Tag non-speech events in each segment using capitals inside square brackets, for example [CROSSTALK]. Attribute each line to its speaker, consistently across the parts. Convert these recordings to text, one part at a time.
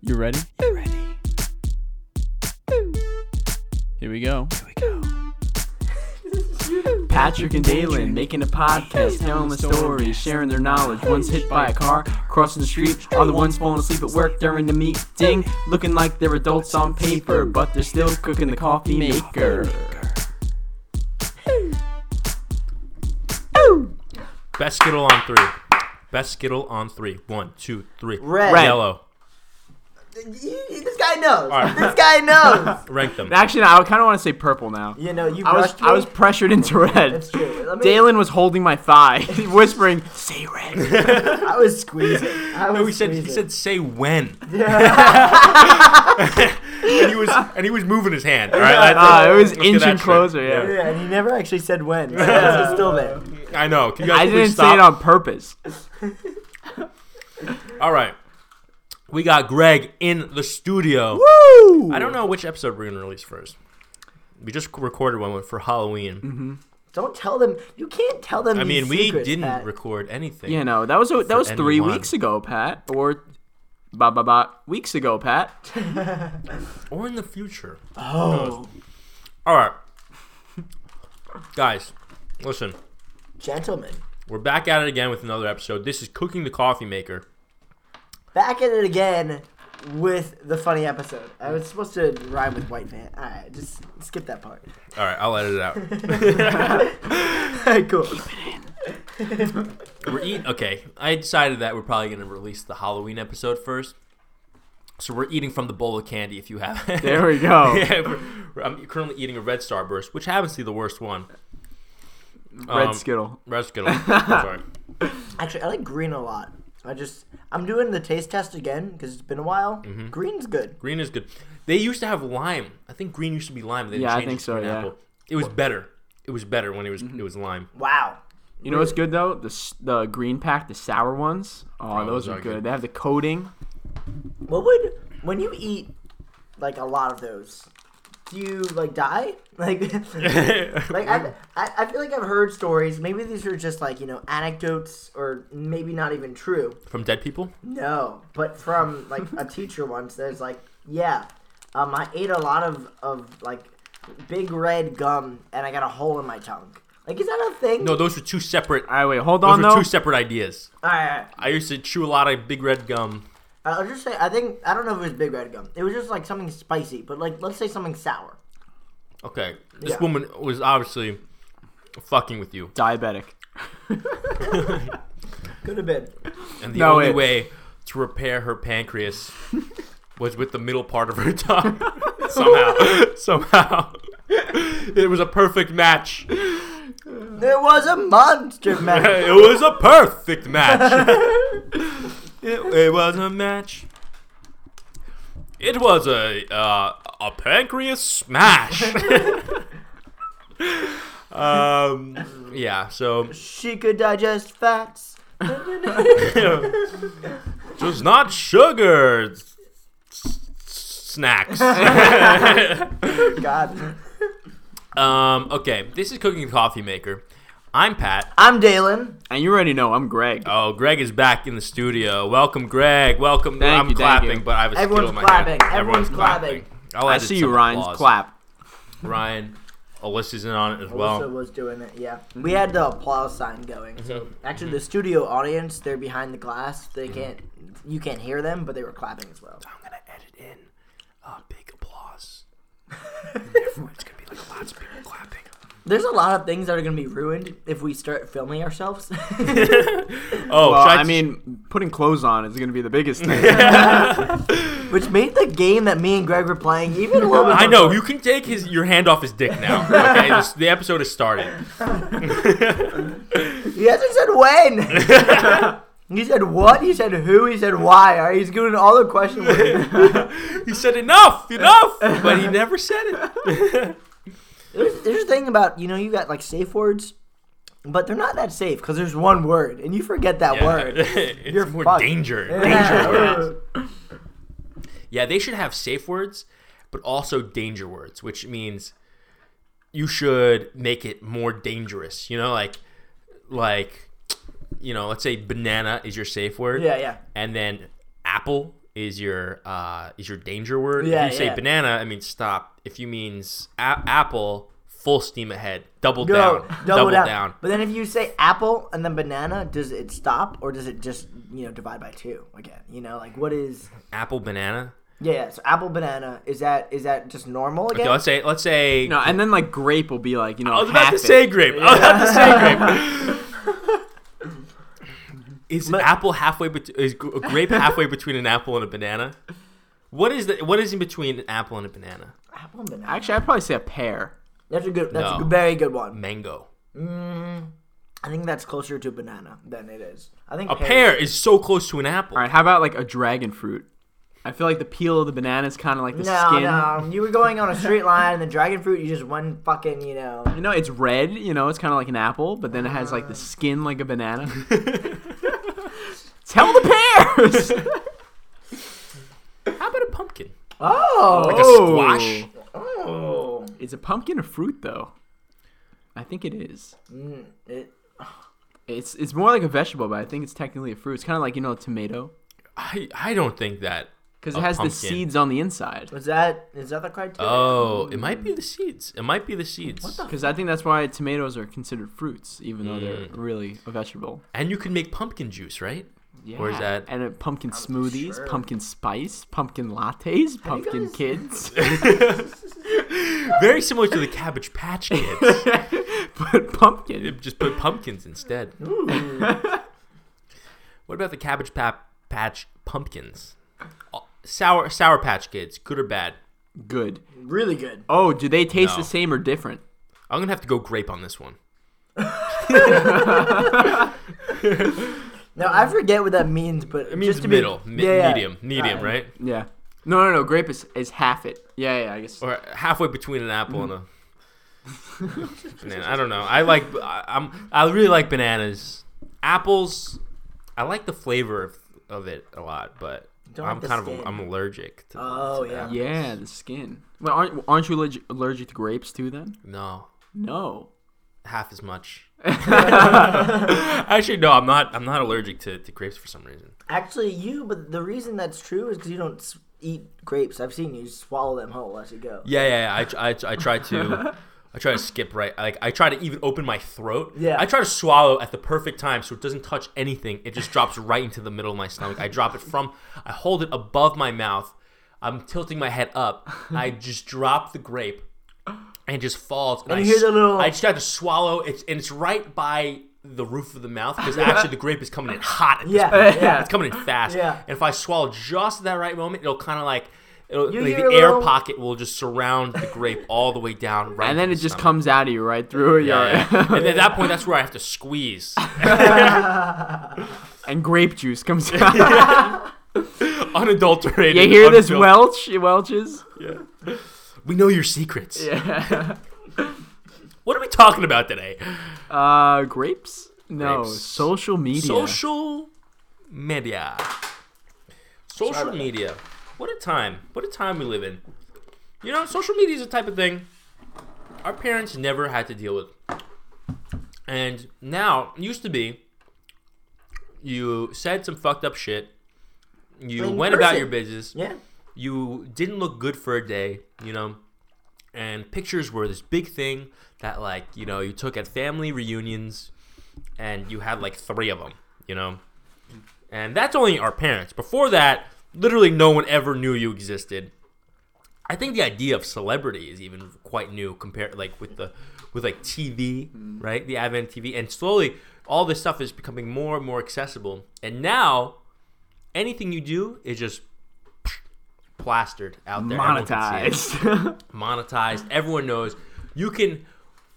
Speaker 1: You ready?
Speaker 2: You ready?
Speaker 1: Here we go.
Speaker 2: Here we go.
Speaker 1: [LAUGHS]
Speaker 3: Patrick and Dalen making a podcast, telling the story, sharing their knowledge. One's hit by a car, crossing the street. Other one's falling asleep at work during the meeting, looking like they're adults on paper, but they're still cooking the coffee maker.
Speaker 4: Best Skittle on three. Best Skittle on three. One, two, three.
Speaker 5: Red.
Speaker 3: Red.
Speaker 4: Yellow.
Speaker 5: You- you- This guy knows.
Speaker 4: right. [LAUGHS]
Speaker 5: This guy knows.
Speaker 4: Rank them.
Speaker 3: Actually, no, I kind of want to say purple now.
Speaker 5: [LAUGHS] you know, you
Speaker 3: I was
Speaker 5: rushed me.
Speaker 3: I was pressured into red.
Speaker 5: That's true. Let me-
Speaker 3: Dalen was holding my thigh, [LAUGHS] whispering, "Say red."
Speaker 5: I was squeezing. I was
Speaker 4: No, he said
Speaker 5: squeezing.
Speaker 4: he said
Speaker 5: [LAUGHS]
Speaker 4: say when. [LAUGHS]
Speaker 5: Yeah.
Speaker 4: and he was and he was moving his hand. All right,
Speaker 3: Ah, it was
Speaker 4: Let's get
Speaker 3: inching
Speaker 4: that straight.
Speaker 3: closer. Yeah.
Speaker 5: yeah, and he never actually said [LAUGHS] when. So
Speaker 4: [LAUGHS]
Speaker 5: this is still there.
Speaker 4: I know. Can you guys
Speaker 3: I
Speaker 4: please
Speaker 3: didn't
Speaker 4: stop?
Speaker 3: say it on purpose.
Speaker 4: All right. We got Greg in the studio.
Speaker 3: Woo!
Speaker 4: I don't know which episode we're gonna release first. We just recorded one for Halloween.
Speaker 5: Don't tell them. You can't tell them.
Speaker 4: I
Speaker 5: Mm-hmm. these
Speaker 4: mean, we
Speaker 5: secrets,
Speaker 4: didn't
Speaker 5: Pat.
Speaker 4: record anything.
Speaker 3: You know, that was a, that was three
Speaker 4: anyone.
Speaker 3: weeks ago, Pat, or ba ba ba weeks ago,
Speaker 4: [LAUGHS]
Speaker 3: Pat.
Speaker 4: Or in the future.
Speaker 5: oh,
Speaker 4: All right, guys, listen.
Speaker 5: gentlemen,
Speaker 4: We're back at it again with another episode. This is cooking the coffee maker.
Speaker 5: back at it again with the funny episode. I was supposed to rhyme with white man. All right, just skip that [LAUGHS] part.
Speaker 4: All right, I'll edit it out.
Speaker 3: [LAUGHS]
Speaker 5: All right, cool.
Speaker 4: We're eat- okay. I decided that we're probably gonna release the Halloween episode first. So we're eating from the bowl of candy. If you have,
Speaker 3: There we go.
Speaker 4: [LAUGHS] yeah, we're- we're- I'm currently eating a Red Starburst, which happens to be the worst one.
Speaker 3: Red
Speaker 4: Um,
Speaker 3: Skittle.
Speaker 4: Red
Speaker 3: [LAUGHS]
Speaker 4: Skittle. I'm sorry.
Speaker 5: Actually, I like green a lot. I just I'm doing the taste test again because it's been a while.
Speaker 4: Mm-hmm.
Speaker 5: Green's good.
Speaker 4: Green is good. They used to have lime. I think green used to be lime. They
Speaker 3: Yeah, I
Speaker 4: changed
Speaker 3: think
Speaker 4: it to
Speaker 3: so,
Speaker 4: an
Speaker 3: yeah. Mm-hmm.
Speaker 4: apple. It was better. It was better when it was it
Speaker 3: [LAUGHS]
Speaker 4: was lime.
Speaker 5: Wow.
Speaker 3: You know what's good though? The s- the green pack, the sour ones. Oh,
Speaker 4: those
Speaker 3: those are
Speaker 4: are
Speaker 3: good.
Speaker 4: good.
Speaker 3: They have the coating.
Speaker 5: What would when you eat like a lot of those? Do you like die? [LAUGHS] Like, like I've, I, I feel like I've heard stories. Maybe these are just like you know anecdotes, or maybe not even true.
Speaker 4: From dead people.
Speaker 5: No, but from like a teacher once, there's like, yeah, um, I ate a lot of of like big red gum, and I got a hole in my tongue. Like, is that a thing?
Speaker 4: No, those were two separate.
Speaker 3: All right, wait, hold
Speaker 4: Those
Speaker 3: on
Speaker 4: were
Speaker 3: though.
Speaker 4: two separate ideas.
Speaker 5: All right,
Speaker 4: I used to chew a lot of big red gum.
Speaker 5: I'll just say I think I don't know if it was big red gum. It was just like something spicy, but like let's say something sour.
Speaker 4: Okay, this
Speaker 5: Yeah.
Speaker 4: woman was obviously fucking with you,
Speaker 3: Diabetic.
Speaker 5: Could have been.
Speaker 4: and the
Speaker 3: No,
Speaker 4: only
Speaker 3: it-
Speaker 4: way to repair her pancreas was with the middle part of her tongue. [LAUGHS] somehow, somehow, it was a perfect match.
Speaker 5: There was a monster man.
Speaker 4: [LAUGHS] It was a perfect match. it, it was a match. It was a uh, a pancreas smash. um, yeah. So [LAUGHS]
Speaker 5: she could digest fats.
Speaker 4: Just not sugar s- s- snacks.
Speaker 5: God.
Speaker 4: um, okay, this is Cooking the Coffee Maker. I'm Pat.
Speaker 5: I'm Dalen.
Speaker 3: And you already know I'm Greg.
Speaker 4: Oh, Greg is back in the studio. Welcome, Greg. Welcome.
Speaker 3: Thank
Speaker 4: I'm
Speaker 3: you, thank
Speaker 4: clapping,
Speaker 3: you.
Speaker 4: but I have a
Speaker 5: Everyone's
Speaker 4: skittle in my
Speaker 5: clapping.
Speaker 4: hand.
Speaker 5: Everyone's clapping.
Speaker 4: I'll
Speaker 3: I
Speaker 4: edit
Speaker 3: see
Speaker 4: some
Speaker 3: you, Ryan's
Speaker 4: applause.
Speaker 3: clap.
Speaker 4: Ryan, Alyssa's in on it as
Speaker 5: Melissa
Speaker 4: well.
Speaker 5: was doing it. Yeah, we had the applause sign going. So actually, the studio audience, they're behind the glass. They can't. You can't hear them, but they were clapping as well.
Speaker 4: I'm gonna edit in a big
Speaker 5: [LAUGHS]
Speaker 4: applause. And therefore, it's gonna be like lots of people clapping. [LAUGHS]
Speaker 5: There's a lot of things that are gonna be ruined if we start filming ourselves. [LAUGHS]
Speaker 4: Oh,
Speaker 3: Well,
Speaker 4: should
Speaker 3: I
Speaker 4: [LAUGHS]
Speaker 3: mean, putting clothes on is gonna be the biggest thing.
Speaker 5: Which made the game that me and Greg were playing even a little bit.
Speaker 4: I know you can take his your hand off his dick now.
Speaker 5: [LAUGHS]
Speaker 4: Okay, this, the episode is starting.
Speaker 5: He hasn't said
Speaker 4: [LAUGHS]
Speaker 5: when. he said what? He said who? He said why? All right, he's doing all the question
Speaker 4: [LAUGHS]
Speaker 5: words.
Speaker 4: He said enough, enough, but he never said it. [LAUGHS]
Speaker 5: There's, there's a thing about you know you got like safe words, but they're not that safe because there's one word and you forget that word.
Speaker 4: it's
Speaker 5: You're
Speaker 4: more
Speaker 5: fucked.
Speaker 4: [LAUGHS] danger.
Speaker 5: [LAUGHS] Yeah.
Speaker 4: Danger words. Yeah, they should have safe words, but also danger words, which means you should make it more dangerous. You know, like like you know, let's say banana is your safe word.
Speaker 5: Yeah, yeah.
Speaker 4: and then apple is your uh, is your danger word.
Speaker 5: Yeah,
Speaker 4: if you say
Speaker 5: yeah.
Speaker 4: banana, I mean stop. If you means a- apple, full steam ahead, double
Speaker 5: Go
Speaker 4: down,
Speaker 5: double, down. But then if you say apple and then banana, does it stop or does it just you know divide by two again? You know, like what is
Speaker 4: Apple banana.
Speaker 5: yeah? yeah, So apple banana is that is that just normal again?
Speaker 4: Okay, let's say let's say
Speaker 3: No, and then like grape will be like you know.
Speaker 4: I was about
Speaker 3: half
Speaker 4: to
Speaker 3: it.
Speaker 4: say grape. I was about to say grape. [LAUGHS] is an apple halfway bet- is gr- a grape halfway between an apple and a banana? What is the what is in between an apple and a banana?
Speaker 5: apple and banana.
Speaker 3: Actually, I'd probably say a pear.
Speaker 5: That's a good. That's
Speaker 4: No.
Speaker 5: a good- very good one.
Speaker 4: Mango.
Speaker 5: I think that's closer to banana than it is. I think
Speaker 4: A pear is so close to an apple.
Speaker 3: All right, how about like a dragon fruit? I feel like the peel of the banana is kind of like the
Speaker 5: No,
Speaker 3: skin.
Speaker 5: no, you were going on a straight line, and the dragon fruit, you just one fucking, you know.
Speaker 3: You know, it's red. You know, it's kind of like an apple, but then it has
Speaker 5: Ah.
Speaker 3: like the skin like a
Speaker 5: [LAUGHS]
Speaker 3: banana. Tell the pears. [LAUGHS]
Speaker 4: How about a pumpkin?
Speaker 5: Oh,
Speaker 4: Like a squash?
Speaker 5: oh.
Speaker 3: Is a pumpkin a fruit though? I think it is.
Speaker 5: Mm, It,
Speaker 3: It's it's more like a vegetable, but I think it's technically a fruit. It's kind of like you know a tomato
Speaker 4: I I don't think that.
Speaker 3: because
Speaker 4: A
Speaker 3: it has
Speaker 4: pumpkin.
Speaker 3: the seeds on the inside.
Speaker 5: was that is that the criteria?
Speaker 4: Oh, it might be the seeds. It might be the seeds. What
Speaker 3: Because I think that's why tomatoes are considered fruits, even though they're
Speaker 4: Mm.
Speaker 3: really a vegetable.
Speaker 4: and you can make pumpkin juice, right?
Speaker 3: Yeah.
Speaker 4: Or is that-
Speaker 3: And uh, pumpkin smoothies,
Speaker 5: sure.
Speaker 3: pumpkin spice, pumpkin lattes, pumpkin
Speaker 5: guys-
Speaker 3: kids,
Speaker 4: Very similar to the Cabbage Patch [LAUGHS] Kids.
Speaker 3: [LAUGHS] but pumpkin.
Speaker 4: Just put pumpkins instead. [LAUGHS] what about the Cabbage Pap- Patch pumpkins? Oh, Sour Sour Patch Kids, good or bad?
Speaker 3: Good.
Speaker 5: really good.
Speaker 3: Oh, do they taste
Speaker 4: No.
Speaker 3: the same or different?
Speaker 4: I'm gonna have to go grape on this one.
Speaker 5: Now I forget what that means, but it
Speaker 4: Means
Speaker 5: just to
Speaker 4: middle,
Speaker 5: Be,
Speaker 4: mi-
Speaker 5: yeah, yeah.
Speaker 4: medium, medium,
Speaker 5: Uh,
Speaker 4: right?
Speaker 3: Yeah. No, no, no. Grape is, is half it. Yeah, yeah. I guess.
Speaker 4: Or halfway between an apple
Speaker 5: [LAUGHS]
Speaker 4: and a banana. I don't know. I like. I, I'm. I really like bananas. Apples. I like the flavor of, of it a lot, but
Speaker 5: Don't
Speaker 4: I'm
Speaker 5: like the
Speaker 4: kind of.
Speaker 5: skin.
Speaker 4: I'm allergic. To,
Speaker 5: Oh,
Speaker 4: to
Speaker 5: yeah.
Speaker 4: apples.
Speaker 3: yeah, the skin. Well, aren't aren't you allergic, allergic to grapes too? Then
Speaker 4: No,
Speaker 3: no.
Speaker 4: half as
Speaker 5: [LAUGHS]
Speaker 4: much. [LAUGHS] Actually, no. I'm not. I'm not allergic to, to grapes for some reason.
Speaker 5: Actually, you. But the reason that's true is because you don't s- eat grapes. I've seen you swallow them whole as you go.
Speaker 4: Yeah, yeah. yeah. I, I, I try
Speaker 5: [LAUGHS]
Speaker 4: to. I try to skip right. Like I try to even open my throat.
Speaker 5: Yeah.
Speaker 4: I try to swallow at the perfect time so it doesn't touch anything. It just drops right into the middle of my stomach. I drop it from. I hold it above my mouth. I'm tilting my head up.
Speaker 5: [LAUGHS]
Speaker 4: I just drop the grape, and it just falls. And, I
Speaker 5: you hear
Speaker 4: s-
Speaker 5: the little-
Speaker 4: I just try to swallow. It's and it's right by the roof of the mouth because actually the grape is coming in hot. At this
Speaker 5: Yeah,
Speaker 4: point.
Speaker 5: [LAUGHS] yeah.
Speaker 4: It's coming in fast.
Speaker 5: Yeah.
Speaker 4: And if I swallow just at that right moment, it'll kind of like. It'll,
Speaker 5: You
Speaker 4: like the
Speaker 5: hear a
Speaker 4: air
Speaker 5: little-
Speaker 4: pocket will just surround the grape all the way down, right?
Speaker 3: And then it just
Speaker 4: comes.
Speaker 3: comes out of you right through.
Speaker 4: Yeah,
Speaker 3: your, [LAUGHS]
Speaker 4: yeah. and at that point, that's where I have to squeeze
Speaker 3: and grape juice
Speaker 4: [LAUGHS]
Speaker 3: comes out.
Speaker 4: unadulterated.
Speaker 3: you hear this
Speaker 4: unadul-
Speaker 3: Welch? Welches?
Speaker 4: Yeah. We know your secrets.
Speaker 3: Yeah.
Speaker 4: What are we talking about today?
Speaker 3: Uh, grapes? No,
Speaker 4: Grapes.
Speaker 3: social media.
Speaker 4: Social media. Social media. What a time. What a time we live in. You know, social media is a type of thing our parents never had to deal with. And now, it used to be, you said some fucked up shit. You
Speaker 5: In
Speaker 4: went about
Speaker 5: person.
Speaker 4: your business.
Speaker 5: Yeah.
Speaker 4: you didn't look good for a day, you know. And pictures were this big thing that like, you know, you took at family reunions and you had like 3 of them, you know. And that's only our parents. Before that, literally no one ever knew you existed. I think the idea of celebrity is even quite new compared like with the with like TV, right? The advent of TV and slowly all this stuff is becoming more and more accessible. And now anything you do is just plastered out there. Everyone can see it.
Speaker 3: [LAUGHS] Monetized.
Speaker 4: Monetized. Everyone knows you can.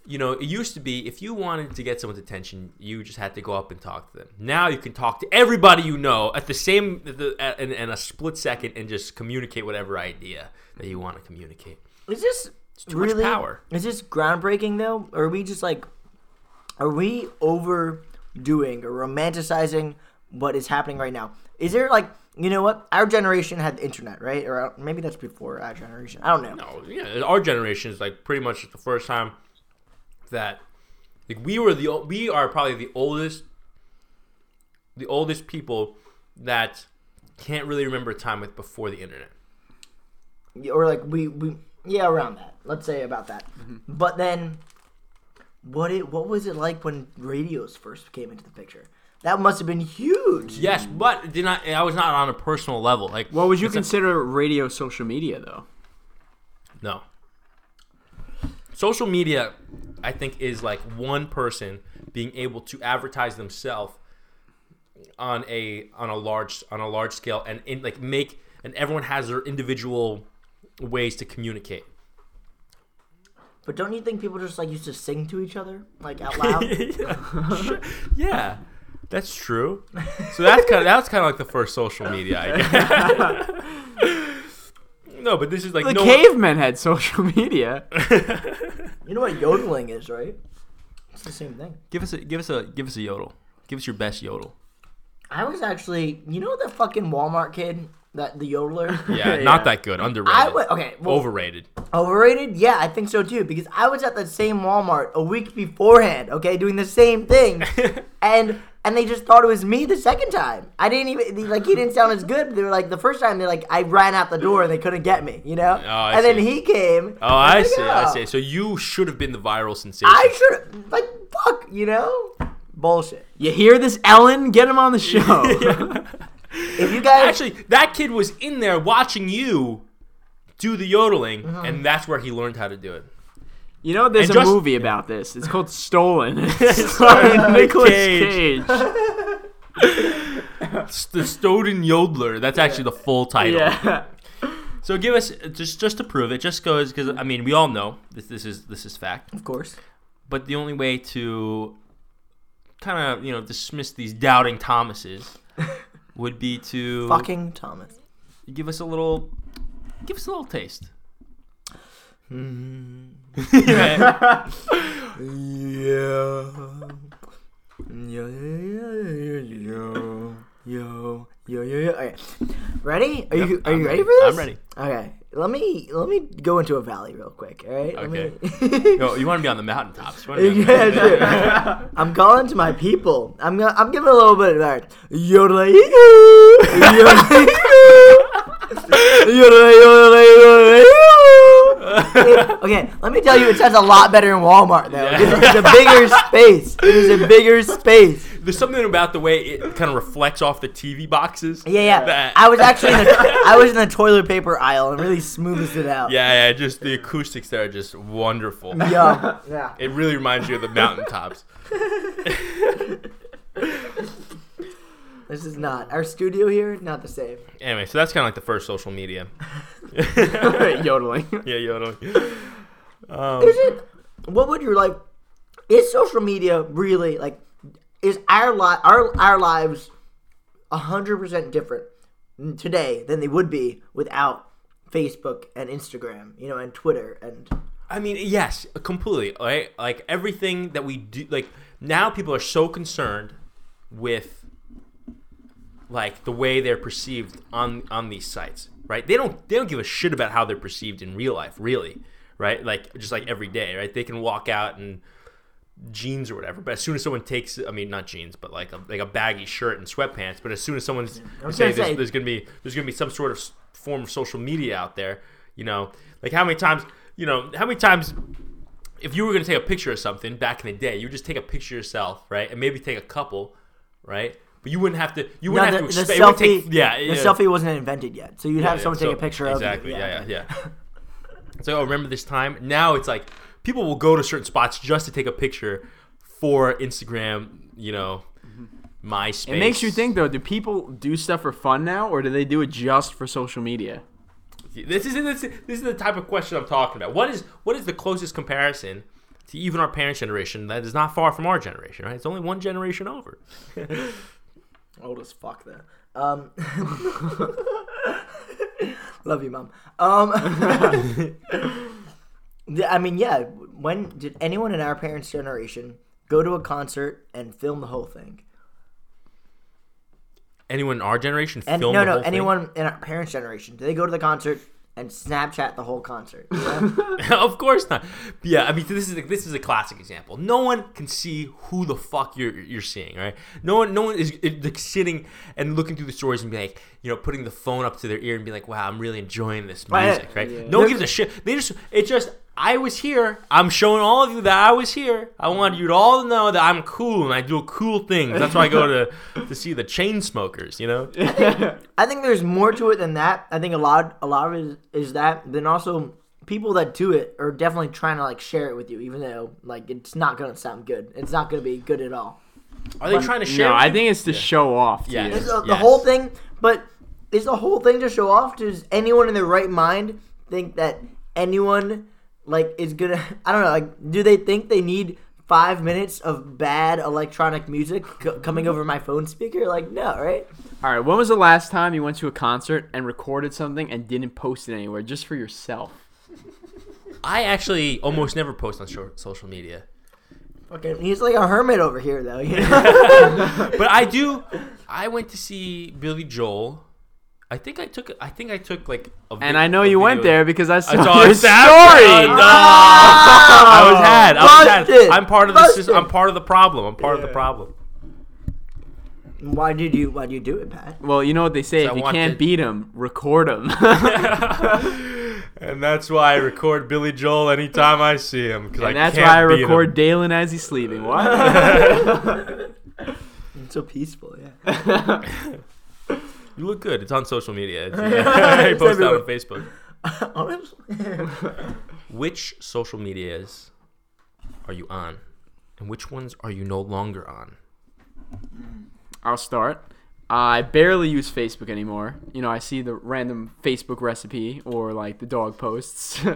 Speaker 4: You know, it used to be if you wanted to get someone's attention, you just had to go up and talk to them. Now you can talk to everybody you know at the same the, at, in, in a split second and just communicate whatever idea that you want to communicate.
Speaker 5: Is this
Speaker 4: too much
Speaker 5: really
Speaker 4: power.
Speaker 5: Is this groundbreaking though? Or are we just like, are we overdoing or romanticizing what is happening right now? Is there like, you know what? Our generation had the internet, right? Or uh, maybe that's before our generation. I don't know.
Speaker 4: No, Oh, yeah, our generation is like pretty much the first time that like we were the o- we are probably the oldest the oldest people that can't really remember a time with before the internet.
Speaker 5: or like we we yeah around that. Let's say about that. But then, what it what was it like when radios first came into the picture? That must have been huge.
Speaker 4: Yes, but it did not I was not on a personal level. Like
Speaker 3: What would you
Speaker 4: it's a-
Speaker 3: consider radio social media though?
Speaker 4: No. Social media, I think, is like one person being able to advertise themselves on a on a large on a large scale and in like make and everyone has their individual ways to communicate.
Speaker 5: But don't you think people just like used to sing to each other like out loud?
Speaker 4: Yeah. That's true. So that's kind of that was kind of like the first social media, I guess.
Speaker 3: [LAUGHS]
Speaker 4: no, but this is like
Speaker 3: The
Speaker 4: no
Speaker 3: cavemen had social [LAUGHS] media.
Speaker 5: you know what yodeling is, right? It's the same thing.
Speaker 4: give us a give us a give us a yodel. Give us your best yodel.
Speaker 5: I was actually, you know, the fucking Walmart kid that the yodeler.
Speaker 4: Yeah, not that good. Underrated.
Speaker 5: I would oh, okay. Well,
Speaker 4: Overrated. Oh,
Speaker 5: Overrated? Yeah, I think so too. Because I was at that same Walmart a week beforehand, okay, doing the same
Speaker 4: [LAUGHS]
Speaker 5: thing, and and they just thought it was me the second time. I didn't even they- like he didn't sound as good. They were like the first time they like I ran out the door and they couldn't get me, you know.
Speaker 4: Oh, I
Speaker 5: and
Speaker 4: see.
Speaker 5: then he came.
Speaker 4: Oh, I
Speaker 5: was like,
Speaker 4: see. I
Speaker 5: "Oh,
Speaker 4: see. So you should have been the viral sensation. [LAUGHS]
Speaker 5: I should like fuck, you know. Bullshit.
Speaker 3: You hear this, Ellen? Get him on the show. [LAUGHS]
Speaker 5: If you guys
Speaker 4: Actually, that kid was in there watching you do the yodeling,
Speaker 5: Uh-huh.
Speaker 4: and that's where he learned how to do it.
Speaker 3: You know, there's
Speaker 4: And
Speaker 3: a
Speaker 4: just-
Speaker 3: movie about this. It's called [LAUGHS] Stolen. It's starring Nicolas Cage.
Speaker 4: Cage. It's the Stoden Yodeler. That's actually the full title.
Speaker 3: Yeah. [LAUGHS]
Speaker 4: So give us just just to prove it. Just goes because I mean we all know this. This is this is fact.
Speaker 5: of course.
Speaker 4: But the only way to kind of you know dismiss these doubting
Speaker 5: [LAUGHS]
Speaker 4: Thomases would be to
Speaker 5: Fucking Thomas.
Speaker 4: give us a little give us a little taste.
Speaker 5: [LAUGHS] Hmm. Yeah. Yo, yo, yo, yo, yo, yo, yo, yo. Okay. Ready? Are you are
Speaker 4: I'm
Speaker 5: you ready
Speaker 4: ready.
Speaker 5: for this?
Speaker 4: I'm ready.
Speaker 5: Okay. Let me let me go into a valley real quick. All right. Let
Speaker 4: Okay.
Speaker 5: me-
Speaker 4: Yo, you want to be on the mountaintops? You wanna be on the
Speaker 5: yeah, sure. I'm calling to my people. I'm gonna, I'm giving a little bit of that. Yodelay, yodelay, yodelay, yodelay, yodelay, yodelay. Okay, let me tell you, it sounds a lot better in Walmart though.
Speaker 4: Yeah.
Speaker 5: It's, it's a bigger space. It is a bigger space.
Speaker 4: [LAUGHS] There's something about the way it kind of reflects off the TV boxes.
Speaker 5: Yeah, yeah.
Speaker 4: That-
Speaker 5: I was actually in the, I was in the toilet paper aisle and really smooths it out.
Speaker 4: [LAUGHS] yeah, yeah. Just the acoustics there are just wonderful.
Speaker 5: Yum. Yeah.
Speaker 4: It really reminds you of the mountaintops.
Speaker 5: This is not our studio here. Not the same.
Speaker 4: Anyway, so that's kind of like the first
Speaker 5: [LAUGHS]
Speaker 4: social media.
Speaker 3: Yodeling.
Speaker 4: [LAUGHS] Yeah, yo.
Speaker 5: is it what would your like is social media really like is our li- our our lives 100% different today than they would be without Facebook and Instagram, you know, and Twitter and
Speaker 4: I mean, yes, completely. Right? Like everything that we do, like now people are so concerned with like the way they're perceived on on these sites, right? They don't they don't give a shit about how they're perceived in real life, really, right? Like just like every day, right? They can walk out and jeans or whatever, but as soon as someone takes, I mean, not jeans, but like a like a baggy shirt and sweatpants, but as soon as someone's
Speaker 5: was
Speaker 4: say
Speaker 5: gonna
Speaker 4: there's,
Speaker 5: say-
Speaker 4: there's gonna be there's gonna be some sort of s- form of social media out there, you know, like how many times, you know, how many times if you were going to take a picture of something back in the day, you would just take a picture of yourself, right? And maybe take a couple, right? But you wouldn't have to. You
Speaker 5: No,
Speaker 4: wouldn't
Speaker 5: the,
Speaker 4: have to.
Speaker 5: the
Speaker 4: expect- it would
Speaker 5: selfie,
Speaker 4: Take, yeah,
Speaker 5: the
Speaker 4: yeah.
Speaker 5: selfie wasn't invented yet, so you'd have
Speaker 4: Yeah,
Speaker 5: someone
Speaker 4: so-
Speaker 5: take a picture
Speaker 4: exactly,
Speaker 5: of it.
Speaker 4: Exactly. Yeah, [LAUGHS] yeah, yeah. so, oh, remember this time? Now it's like people will go to certain spots just to take a picture for Instagram. You know,
Speaker 5: Mm-hmm.
Speaker 4: MySpace.
Speaker 3: It makes you think though. Do people do stuff for fun now, or do they do it just for social media?
Speaker 4: This is this, is- this is the type of question I'm talking about. What is what is the closest comparison to even our parents' generation that is not far from our generation? Right? It's only one generation over.
Speaker 5: Old as fuck though. Um, [LAUGHS] love you, mom. Um, [LAUGHS] yeah, I mean, yeah. When did anyone in our parents' generation go to a concert and film the whole thing?
Speaker 4: Anyone in our generation
Speaker 5: And
Speaker 4: film
Speaker 5: no,
Speaker 4: the
Speaker 5: no,
Speaker 4: whole thing?
Speaker 5: anyone in our parents' generation, did they go to the concert, and Snapchat the whole concert. you know? [LAUGHS]
Speaker 4: [LAUGHS] of course not. Yeah, I mean this is a, this is a classic example. No one can see who the fuck you're you're seeing, right? No one no one is is, like sitting and looking through the stories and be like, you know, putting the phone up to their ear and be like, wow, I'm really enjoying this
Speaker 5: Right.
Speaker 4: music, right? No one gives a shit. They just it just I was here. I'm showing all of you that I was here. I want you to all know that I'm cool and I do cool things. That's why I go to to see the chain smokers, you
Speaker 3: [LAUGHS]
Speaker 4: know?
Speaker 5: I think there's more to it than that. I think a lot a lot of it is, is that. Then also people that do it are definitely trying to like share it with you, even though like it's not gonna sound good. It's not gonna be good at all.
Speaker 4: Are they trying to share?
Speaker 3: No,
Speaker 4: with
Speaker 3: I
Speaker 4: you?
Speaker 3: think it's to show off. to
Speaker 4: Yeah.
Speaker 3: you.
Speaker 5: Is the, the
Speaker 4: Yes.
Speaker 5: whole thing, but is the whole thing to show off? Does anyone in their right mind think that anyone like is gonna? [LAUGHS] I don't know. Like, do they think they need five minutes of bad electronic music c- coming over my phone speaker? Like, no, right?
Speaker 3: All right, when was the last time you went to a concert and recorded something and didn't post it anywhere just for yourself?
Speaker 4: I actually almost never post on short social media.
Speaker 5: Fucking, he's like a hermit over here, though. You know? [LAUGHS]
Speaker 4: but I do. I went to see Billy Joel. I think I took. I think I took like. A
Speaker 3: And I know you went there because I saw,
Speaker 4: I saw
Speaker 3: your
Speaker 4: a [LAUGHS] Snapchat.
Speaker 3: story.
Speaker 4: Oh, no. I was had. I was had.
Speaker 5: Ah. Busted.
Speaker 4: I'm part of the. sys-
Speaker 5: Busted.
Speaker 4: I'm part of the problem. I'm part of the problem.
Speaker 5: why did you? Why do you do it, [LAUGHS] Pat?
Speaker 3: [LAUGHS] Well, you know what they say:
Speaker 4: I
Speaker 3: if you
Speaker 4: want
Speaker 3: can't
Speaker 4: it.
Speaker 3: beat 'em, record 'em. [LAUGHS]
Speaker 5: [LAUGHS]
Speaker 4: [LAUGHS] and that's why I record Billy Joel anytime I see him. Cause
Speaker 3: and that's why I record Dalen as he's sleeping.
Speaker 4: [LAUGHS]
Speaker 3: What?
Speaker 5: It's so peaceful. Yeah. [LAUGHS]
Speaker 4: You look good. It's on social
Speaker 3: [LAUGHS]
Speaker 4: media. It's, [LAUGHS] I post that on Facebook.
Speaker 5: Honestly.
Speaker 4: Which social medias are you on? And which ones are you no longer on?
Speaker 3: I'll start. I barely use Facebook anymore. You know, I see the random Facebook recipe or like the dog posts. [LAUGHS] uh,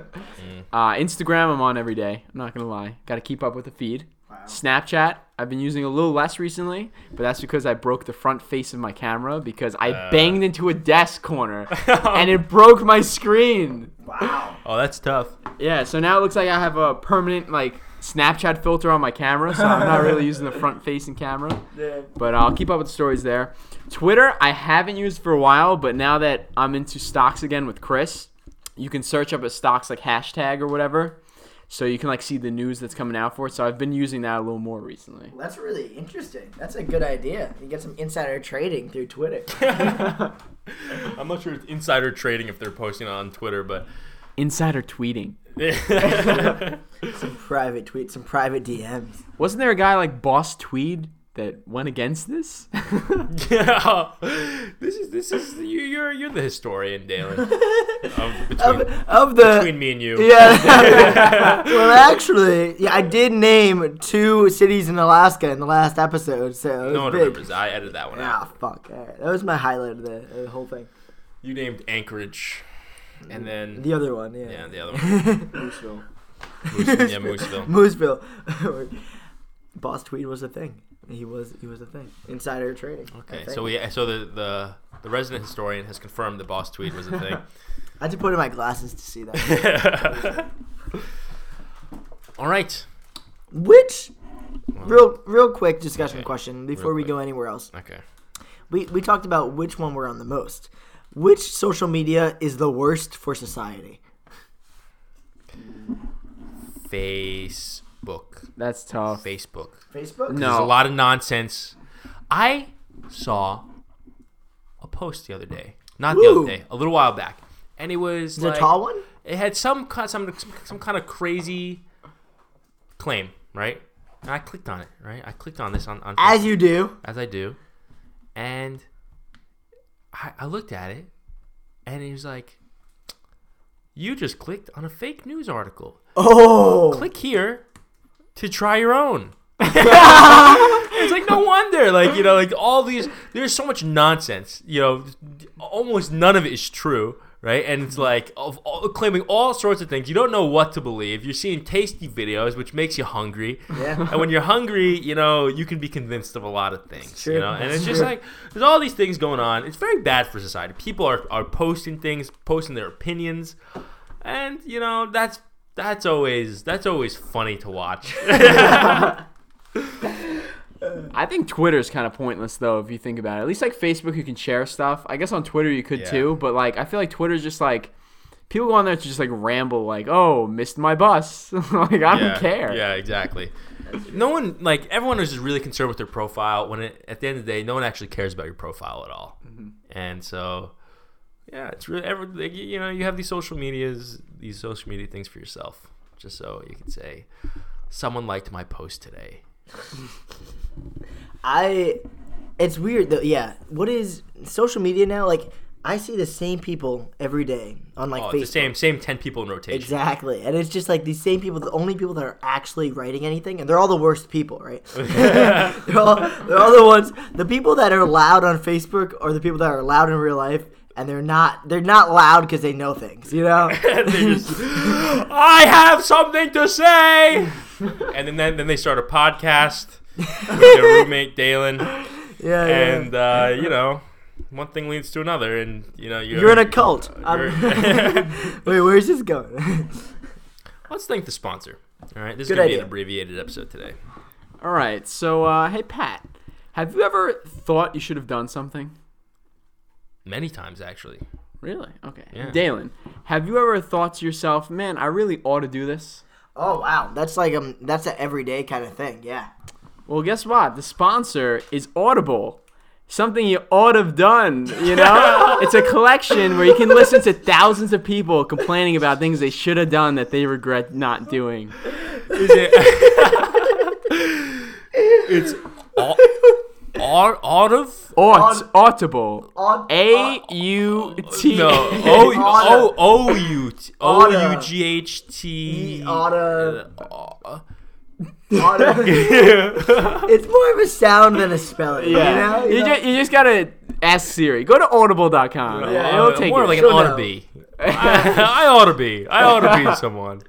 Speaker 3: Instagram, I'm on every day. I'm not gonna lie. Got to keep up with the feed. Snapchat, I've been using a little less recently, but that's because I broke the front face of my camera because I banged into a desk corner and it broke my screen.
Speaker 4: Oh, that's [LAUGHS] tough.
Speaker 3: Yeah, so now it looks like I have a permanent like Snapchat filter on my camera, so I'm not really using the front facing camera. But I'll keep up with the stories there. Twitter, I haven't used for a while, but now that I'm into stocks again with Chris, you can search up a stocks like hashtag or whatever. So you can like see the news that's coming out for it. So I've been using that a little more recently.
Speaker 5: That's really interesting. That's a good idea. You get some insider trading through Twitter.
Speaker 4: I'm not sure it's insider trading if they're posting on Twitter, but [LAUGHS]
Speaker 3: Insider tweeting.
Speaker 5: some private tweets, some private DMs.
Speaker 3: Wasn't there a guy like Boss Tweed that went against this? [LAUGHS]
Speaker 4: yeah, this is this is you, you're you're the historian, [LAUGHS] Dalen. Um,
Speaker 5: Of,
Speaker 4: between,
Speaker 5: of the
Speaker 4: between me and you,
Speaker 5: Yeah. [LAUGHS]
Speaker 4: [LAUGHS]
Speaker 5: well, actually, yeah, I did name two cities in Alaska in the last episode, so it was
Speaker 4: no one
Speaker 5: big.
Speaker 4: remembers. I edited that one out.
Speaker 5: Ah, fuck. All right. That was my highlight of the, of the whole thing.
Speaker 4: You named Anchorage, and then
Speaker 5: The other one, yeah. [LAUGHS]
Speaker 4: yeah, the other one, Moose, yeah, [LAUGHS] Mooseville.
Speaker 5: Mooseville. [LAUGHS] Boss Tweed was a thing. He was he was a thing. Insider trading.
Speaker 4: Okay, so we so the the the resident historian has confirmed the boss tweet was a thing.
Speaker 5: I had to put in my glasses to see that.
Speaker 4: All right.
Speaker 5: Which real real quick discussion question before we
Speaker 4: quick.
Speaker 5: go anywhere else.
Speaker 4: Okay.
Speaker 5: We we talked about which one we're on the most. Which social media is the worst for society?
Speaker 4: Facebook.
Speaker 3: that's tough.
Speaker 4: Facebook.
Speaker 5: Facebook?
Speaker 4: There's a
Speaker 3: No.
Speaker 4: lot of nonsense. I saw a post the other day. Not the
Speaker 5: Ooh.
Speaker 4: other day. A little while back. And it was
Speaker 5: The
Speaker 4: like,
Speaker 5: tall one?
Speaker 4: It had some kind some some kind of crazy claim, right? And I clicked on it, right? I clicked on this on, on
Speaker 5: As you do.
Speaker 4: as I do, and I, I looked at it, and he was like, "You just clicked on a fake news article.
Speaker 5: Oh.
Speaker 4: Click here to try your own." it's like no wonder, like you know, like all these. There's so much nonsense. You know, almost none of it is true. Right, and
Speaker 5: Mm-hmm.
Speaker 4: it's like of, all, claiming all sorts of things. You don't know what to believe. You're seeing tasty videos, which makes you hungry
Speaker 5: Yeah.
Speaker 4: and when you're hungry, you know, you can be convinced of a lot of things.
Speaker 5: true.
Speaker 4: You know, and
Speaker 5: That's
Speaker 4: it's just
Speaker 5: true.
Speaker 4: like there's all these things going on. It's very bad for society. People are, are posting things, posting their opinions, and you know, that's that's always that's always funny to watch.
Speaker 3: I think Twitter's kind of pointless though, if you think about it. At least like Facebook, you can share stuff. I guess on Twitter you could
Speaker 4: Yeah.
Speaker 3: too, but like I feel like Twitter's just like people go on there to just like ramble like, "Oh, missed my bus." [LAUGHS] like I
Speaker 4: yeah,
Speaker 3: don't care.
Speaker 4: Yeah, exactly. No one like everyone is just really concerned with their profile. When it, at the end of the day, no one actually cares about your profile at all. And so, yeah, it's really every, like, you you know you have these social medias, these social media things for yourself, just so you can say, someone liked my post today.
Speaker 5: I it's weird though. Yeah, what is social media now? Like I see the same people every day on like
Speaker 4: Oh, it's
Speaker 5: Facebook.
Speaker 4: the same same ten people in rotation.
Speaker 5: Exactly, and it's just like these same people, the only people that are actually writing anything, and they're all the worst people, right?
Speaker 4: [LAUGHS]
Speaker 5: [LAUGHS] they're, all, they're all the ones. The people that are loud on Facebook are the people that are loud in real life, and they're not. They're not loud because they know things, you
Speaker 4: [LAUGHS]
Speaker 5: know.
Speaker 4: And they just, I have something to say. and then, then then they start a podcast with their roommate Dalen.
Speaker 5: yeah, yeah.
Speaker 4: and uh, you know, one thing leads to another, and you know you're,
Speaker 5: you're in a cult.
Speaker 4: [LAUGHS] you're-
Speaker 5: I'm-
Speaker 4: [LAUGHS]
Speaker 5: [LAUGHS] Wait, where's this going? [LAUGHS]
Speaker 4: Let's thank the sponsor. All right, this is
Speaker 5: Good
Speaker 4: gonna be
Speaker 5: idea.
Speaker 4: an abbreviated episode today.
Speaker 3: All right. So, uh, hey Pat, have you ever thought you should have done something?
Speaker 4: Many times, actually.
Speaker 3: Really? Okay.
Speaker 4: Yeah.
Speaker 3: Dalen, have you ever thought to yourself, "Man, I really ought to do this"?
Speaker 5: oh wow, that's like um, that's an everyday kind of thing. Yeah.
Speaker 3: Well, guess what? The sponsor is Audible. Something you ought to have done, you
Speaker 4: [LAUGHS]
Speaker 3: know? it's a collection where you can listen to thousands of people complaining about things they should have done that they regret not doing.
Speaker 4: Is it? [LAUGHS] it's au- au- out of
Speaker 5: Oh,
Speaker 3: Aut- Audible.
Speaker 5: On,
Speaker 3: A U T. [LAUGHS]
Speaker 4: no Oh, o o o u t o u g h
Speaker 5: E,
Speaker 4: t
Speaker 5: Auto. [LAUGHS]
Speaker 4: uh, [LAUGHS]
Speaker 5: auto- it's more of a sound than a spelling.
Speaker 3: Yeah.
Speaker 5: You know. You
Speaker 3: You,
Speaker 5: know?
Speaker 3: just, you just gotta ask Siri. Go to audible.com.
Speaker 4: uh,
Speaker 3: Yeah, it'll take
Speaker 4: more
Speaker 3: you.
Speaker 4: like an
Speaker 5: She'll
Speaker 4: ought to
Speaker 5: know. [LAUGHS]
Speaker 4: be. I, I ought to be. I ought to be someone.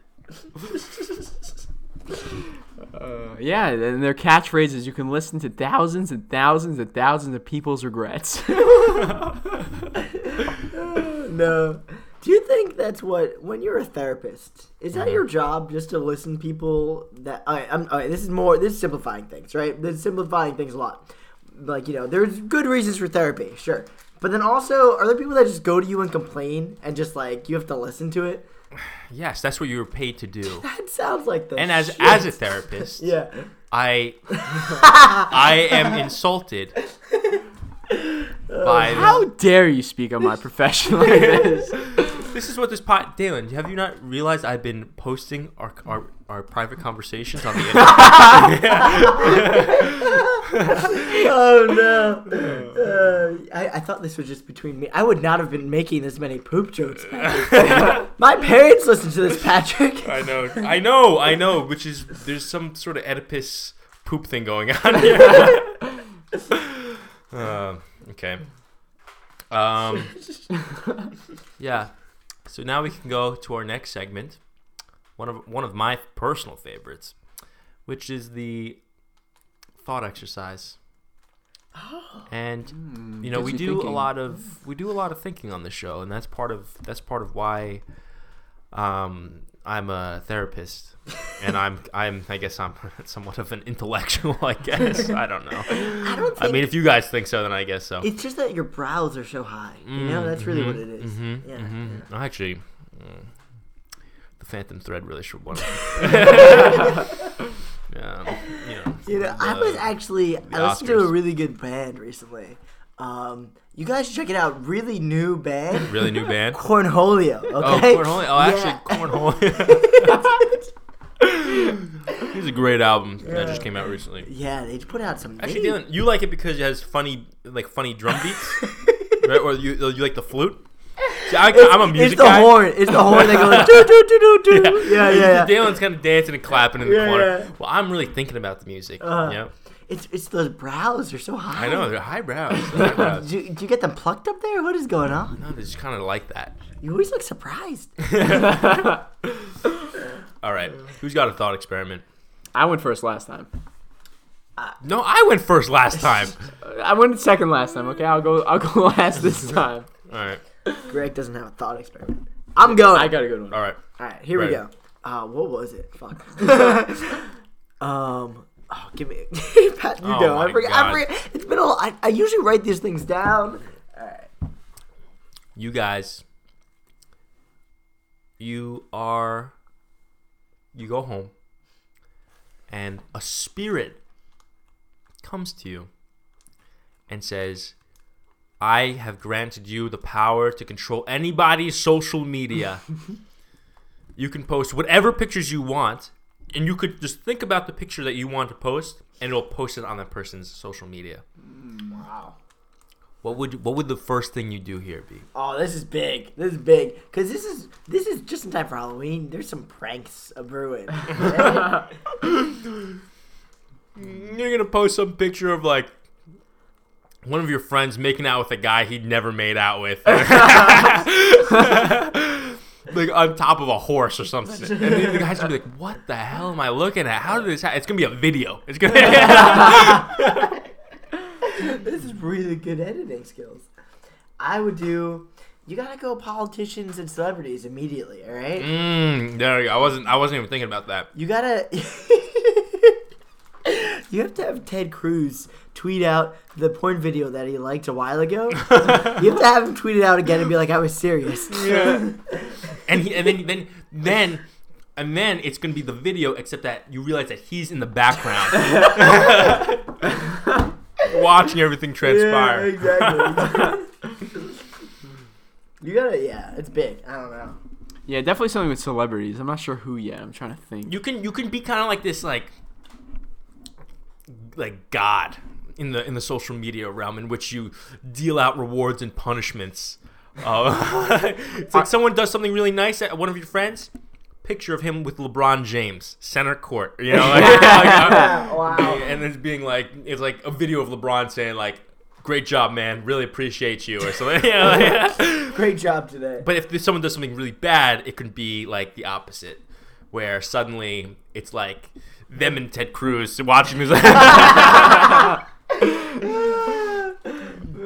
Speaker 3: yeah, and their catchphrases. You can listen to thousands and thousands and thousands of people's
Speaker 4: [LAUGHS]
Speaker 3: regrets.
Speaker 5: no. Do you think that's what when you're a therapist? Is
Speaker 4: Mm-hmm.
Speaker 5: that your job just to listen people that? All right, I'm, all right, this is more. This is simplifying things, right? This is simplifying things a lot. Like you know, there's good reasons for therapy, sure. But then also, are there people that just go to you and complain and just like you have to listen to it?
Speaker 4: Yes, that's what you were paid to do.
Speaker 5: That sounds like the
Speaker 4: And as
Speaker 5: shit.
Speaker 4: as a therapist,
Speaker 5: yeah.
Speaker 4: I I am insulted by
Speaker 3: How
Speaker 4: this.
Speaker 3: dare you speak on my profession
Speaker 4: [LAUGHS]
Speaker 3: like this?
Speaker 4: this is what this pot Dalen, have you not realized I've been posting our our, our private conversations on the internet?
Speaker 5: oh no! Uh, I, I thought this was just between me. I would not have been making this many poop jokes.
Speaker 4: [LAUGHS]
Speaker 5: Patrick. My parents listen to this, Patrick.
Speaker 4: I know. I know, I know, which is there's some sort of Oedipus poop thing going on here. [LAUGHS] um, okay. Um, yeah. So now we can go to our next segment. One of one of my personal favorites, which is the thought exercise. And you know,
Speaker 3: gets
Speaker 4: we
Speaker 3: you
Speaker 4: do a
Speaker 3: thinking.
Speaker 4: lot of we do a lot of thinking on the show, and that's part of that's part of why um, I'm a therapist, and I'm I'm I guess I'm [LAUGHS] somewhat of an intellectual. I guess I don't know.
Speaker 5: I don't
Speaker 4: I
Speaker 5: think
Speaker 4: mean, if you guys think so, then I guess so.
Speaker 5: it's just that your brows are so high. You know, that's really what it is.
Speaker 4: Mm, Mm-hmm,
Speaker 5: Yeah.
Speaker 4: hmm Actually, mm, the Phantom Thread really
Speaker 5: [LAUGHS]
Speaker 4: should want. [LAUGHS] yeah, you know,
Speaker 5: You know, I
Speaker 4: the-
Speaker 5: was actually
Speaker 4: uh, the
Speaker 5: I listened to a
Speaker 4: Oscars.
Speaker 5: really good band recently. Um, you guys should check it out. Really new band,
Speaker 4: really new band.
Speaker 5: Cornholio.
Speaker 4: Oh,
Speaker 5: Okay.
Speaker 4: Cornholio. Oh, actually,
Speaker 5: Yeah.
Speaker 4: Cornholio.
Speaker 5: [LAUGHS]
Speaker 4: It's a great album that just came out recently.
Speaker 5: Yeah, they put out some. [LAUGHS]
Speaker 4: Actually,
Speaker 5: really-
Speaker 4: Dylan, you like it because it has funny, like funny drum beats,
Speaker 5: [LAUGHS]
Speaker 4: right? Or you, or you like the flute? See, I, I'm a music
Speaker 5: it's the
Speaker 4: guy. [LAUGHS]
Speaker 5: horn. It's the horn that goes doo doo doo doo doo. Yeah, yeah, yeah.
Speaker 4: Dylan's kind of dancing and clapping in the
Speaker 5: Yeah,
Speaker 4: corner.
Speaker 5: yeah.
Speaker 4: Well, I'm really thinking about the music.
Speaker 5: Uh-huh.
Speaker 4: you know?
Speaker 5: It's it's those brows. They're so high.
Speaker 4: I know they're highbrows. They're highbrows.
Speaker 5: Do, do you get them plucked up there? What is going on?
Speaker 4: no, they just kind of like that. [LAUGHS]
Speaker 5: You always look surprised.
Speaker 3: [LAUGHS]
Speaker 4: All right, who's got a thought experiment?
Speaker 3: I went first last time.
Speaker 4: No, I went first last time.
Speaker 3: I went second last time. Okay, I'll go. I'll go [LAUGHS] last this time.
Speaker 4: All right,
Speaker 5: Greg doesn't have a thought experiment. I'm going.
Speaker 3: I got a good one.
Speaker 4: all right.
Speaker 5: All right, here we go.
Speaker 4: Right.
Speaker 5: Uh, what was it? Fuck.
Speaker 4: [LAUGHS]
Speaker 5: um. Oh, give me. [LAUGHS] Pat, you
Speaker 4: Oh
Speaker 5: go.
Speaker 4: my
Speaker 5: I forget.
Speaker 4: God.
Speaker 5: I forget. It's been a. I, I usually write these things down.
Speaker 4: You guys you are you go home and a spirit comes to you and says i have granted you the power to control anybody's social [LAUGHS] media you can post whatever pictures you want and you could just think about the picture that you want to post and it'll post it on that person's social media
Speaker 5: Wow.
Speaker 4: what would what would the first thing you do here be
Speaker 5: Oh, this is big. This is big because this is this is just in time for Halloween. There's some pranks a
Speaker 4: [LAUGHS]
Speaker 5: brewing. right?
Speaker 4: You're gonna post some picture of like one of your friends making out with a guy he'd never made out with, [LAUGHS] like on top of a horse or something. And then the guy's gonna be like, "What the hell am I looking at? How did this happen?" It's gonna be a video. It's gonna.
Speaker 5: [LAUGHS]
Speaker 4: [LAUGHS]
Speaker 5: this is really good editing skills. I would do. You gotta go politicians and celebrities immediately. All right.
Speaker 4: mm, there you go. I wasn't. I wasn't even thinking about that.
Speaker 5: You gotta. [LAUGHS] you have to have Ted Cruz tweet out the porn video that he liked a while ago.
Speaker 4: [LAUGHS]
Speaker 5: you have to have him tweet it out again and be like, "I was serious."
Speaker 4: And he, and then then then. And then it's gonna be the video, except that you realize that he's in the
Speaker 5: [LAUGHS]
Speaker 4: background, [LAUGHS] watching everything
Speaker 5: Yeah,
Speaker 4: transpire. [LAUGHS]
Speaker 5: exactly. [LAUGHS] you gotta. Yeah, it's big. I don't know.
Speaker 3: Yeah, definitely something with celebrities. I'm not sure who yet. I'm trying to think.
Speaker 4: you can you can be kind of like this like like god in the in the social media realm in which you deal out rewards and punishments uh, [LAUGHS] it's like someone does something really nice at one of your friends picture of him with lebron james center court you know [LAUGHS] like, [LAUGHS] like, uh,
Speaker 5: [LAUGHS] Wow.
Speaker 4: and it's being like it's like a video of lebron saying like great job man really appreciate you or something [LAUGHS] you know, like-
Speaker 5: Great job today.
Speaker 4: but if someone does something really bad, it could be like the opposite, where suddenly it's like them and Ted Cruz watching this.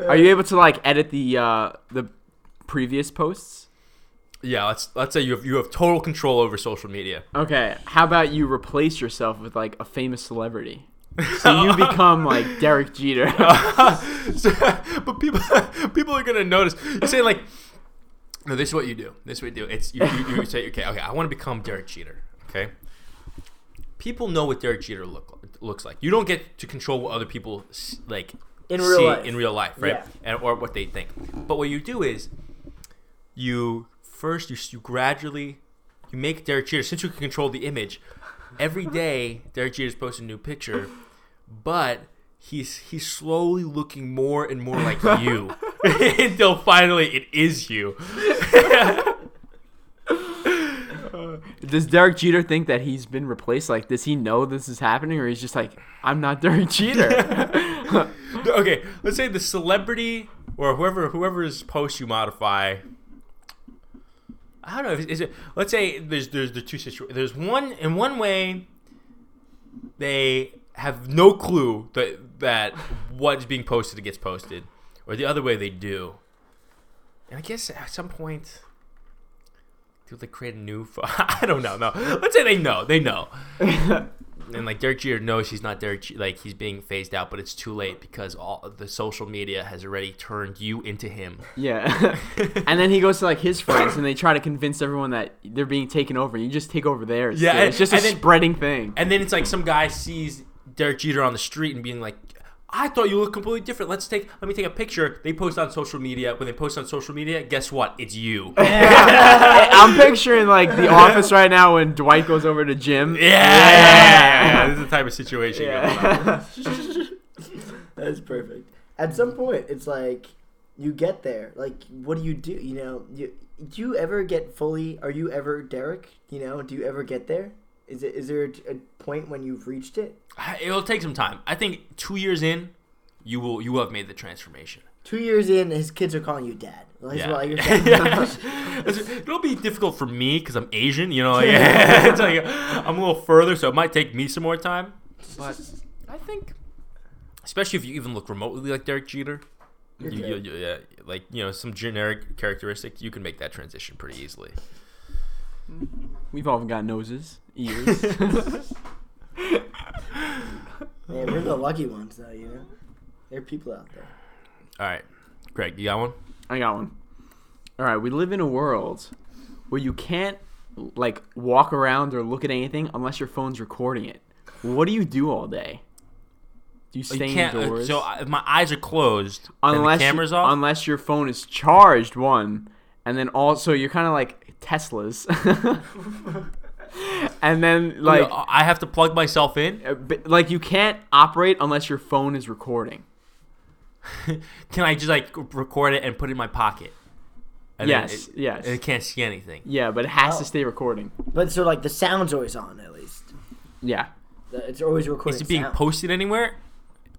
Speaker 3: Are you able to like edit the uh the previous posts?
Speaker 4: [LAUGHS] yeah, let's let's say you have you have total control over social media. [LAUGHS]
Speaker 3: Okay, how about you replace yourself with like a famous celebrity? So you become like Derek Jeter.
Speaker 4: So- but people [LAUGHS] people are gonna notice. You say like, no, this is what you do. This is what you do. It's you, you, you say okay, okay. I want to become Derek Jeter. Okay. People know what Derek Jeter look looks like. You don't get to control what other people s- like
Speaker 5: In real
Speaker 4: see
Speaker 5: life.
Speaker 4: in real life, right?
Speaker 5: Yeah.
Speaker 4: And or what they think. But what you do is you first you, s- you gradually you make Derek Jeter since you can control the image. Every day Derek Jeter's posting a new picture, but he's he's slowly looking more and more like
Speaker 5: [LAUGHS]
Speaker 4: you [LAUGHS] until finally it is you.
Speaker 3: Does Derek Jeter think that he's been replaced? Like, does he know this is happening, or he's just like, I'm not Derek Jeter?
Speaker 4: [LAUGHS] okay, let's say the celebrity or whoever whoever's post you modify. I don't know. Is, is it? Let's say there's there's the two situations. There's one in one way. They have no clue that that what's being posted gets posted, or the other way they do. And I guess at some point, do they create a new? [LAUGHS] Fo- I don't know. No, let's say they know. They know and like Derek Jeter knows he's not Derek, Je- like he's being phased out, but it's too late because all the social media has already turned you into him. [LAUGHS]
Speaker 3: yeah. and then he goes to like his friends, and they try to convince everyone that they're being taken over. You just take over theirs.
Speaker 4: Yeah,
Speaker 3: Yeah, it's just a
Speaker 4: and then-
Speaker 3: spreading thing. [LAUGHS]
Speaker 4: And then it's like some guy sees Derek Jeter on the street and being like, "I thought you looked completely different. Let's take, let me take a picture." They post on social media. When they post on social media, guess what? It's you. [LAUGHS] yeah,
Speaker 5: [LAUGHS]
Speaker 4: [LAUGHS]
Speaker 3: I'm picturing like the office right now when Dwight goes over to Jim.
Speaker 4: this is the type of situation. [LAUGHS]
Speaker 5: That's perfect. At some point, it's like you get there. Like, what do you do? You know, you do you ever get fully? Are you ever Derek? You know, do you ever get there? Is it is there a, a point when you've reached it?
Speaker 4: It'll take some time. I think two years in, you will you will have made the transformation.
Speaker 5: Two years in, his kids are calling you dad. Like,
Speaker 4: Yeah. [LAUGHS]
Speaker 5: well, you're
Speaker 4: Yeah. It'll be difficult for me because I'm Asian, you know.
Speaker 3: [LAUGHS]
Speaker 4: Like, [LAUGHS] it's like I'm a little further, so it might take me some more time. But I think, especially if you even look remotely like Derek Jeter, [LAUGHS] you, you,
Speaker 5: good.
Speaker 4: you- yeah, like you know some generic characteristics, you can make that transition pretty easily.
Speaker 3: We've all got noses,
Speaker 4: [LAUGHS]
Speaker 3: ears.
Speaker 5: Man, we're the lucky ones, though. You know, there are people out there.
Speaker 4: All right, Greg, you got one? Oh,
Speaker 3: I got one. All right, we live in a world where you can't like walk around or look at anything unless your phone's recording it. What do you do all day? Do you
Speaker 4: You
Speaker 3: stay
Speaker 4: can't. uh,
Speaker 3: indoors?
Speaker 4: So I- if my eyes are closed,
Speaker 3: unless
Speaker 4: and the camera's
Speaker 3: you-
Speaker 4: off.
Speaker 3: unless your phone is charged one and then also you're kind of like Tesla's. [LAUGHS] and then
Speaker 4: you know,
Speaker 3: like
Speaker 4: Oh, uh, I have to plug myself in.
Speaker 3: uh, b- like you can't operate unless your phone is recording.
Speaker 4: [LAUGHS] Can I just like record it and put it in my pocket? And then
Speaker 3: Yes,
Speaker 4: it-
Speaker 3: yes.
Speaker 4: It can't see anything.
Speaker 3: Yeah, but it has
Speaker 5: Oh.
Speaker 3: to stay recording.
Speaker 5: But so like the sound's always on at least.
Speaker 3: Yeah.
Speaker 5: The- It's always recording.
Speaker 4: Is it being
Speaker 5: sound.
Speaker 4: posted anywhere?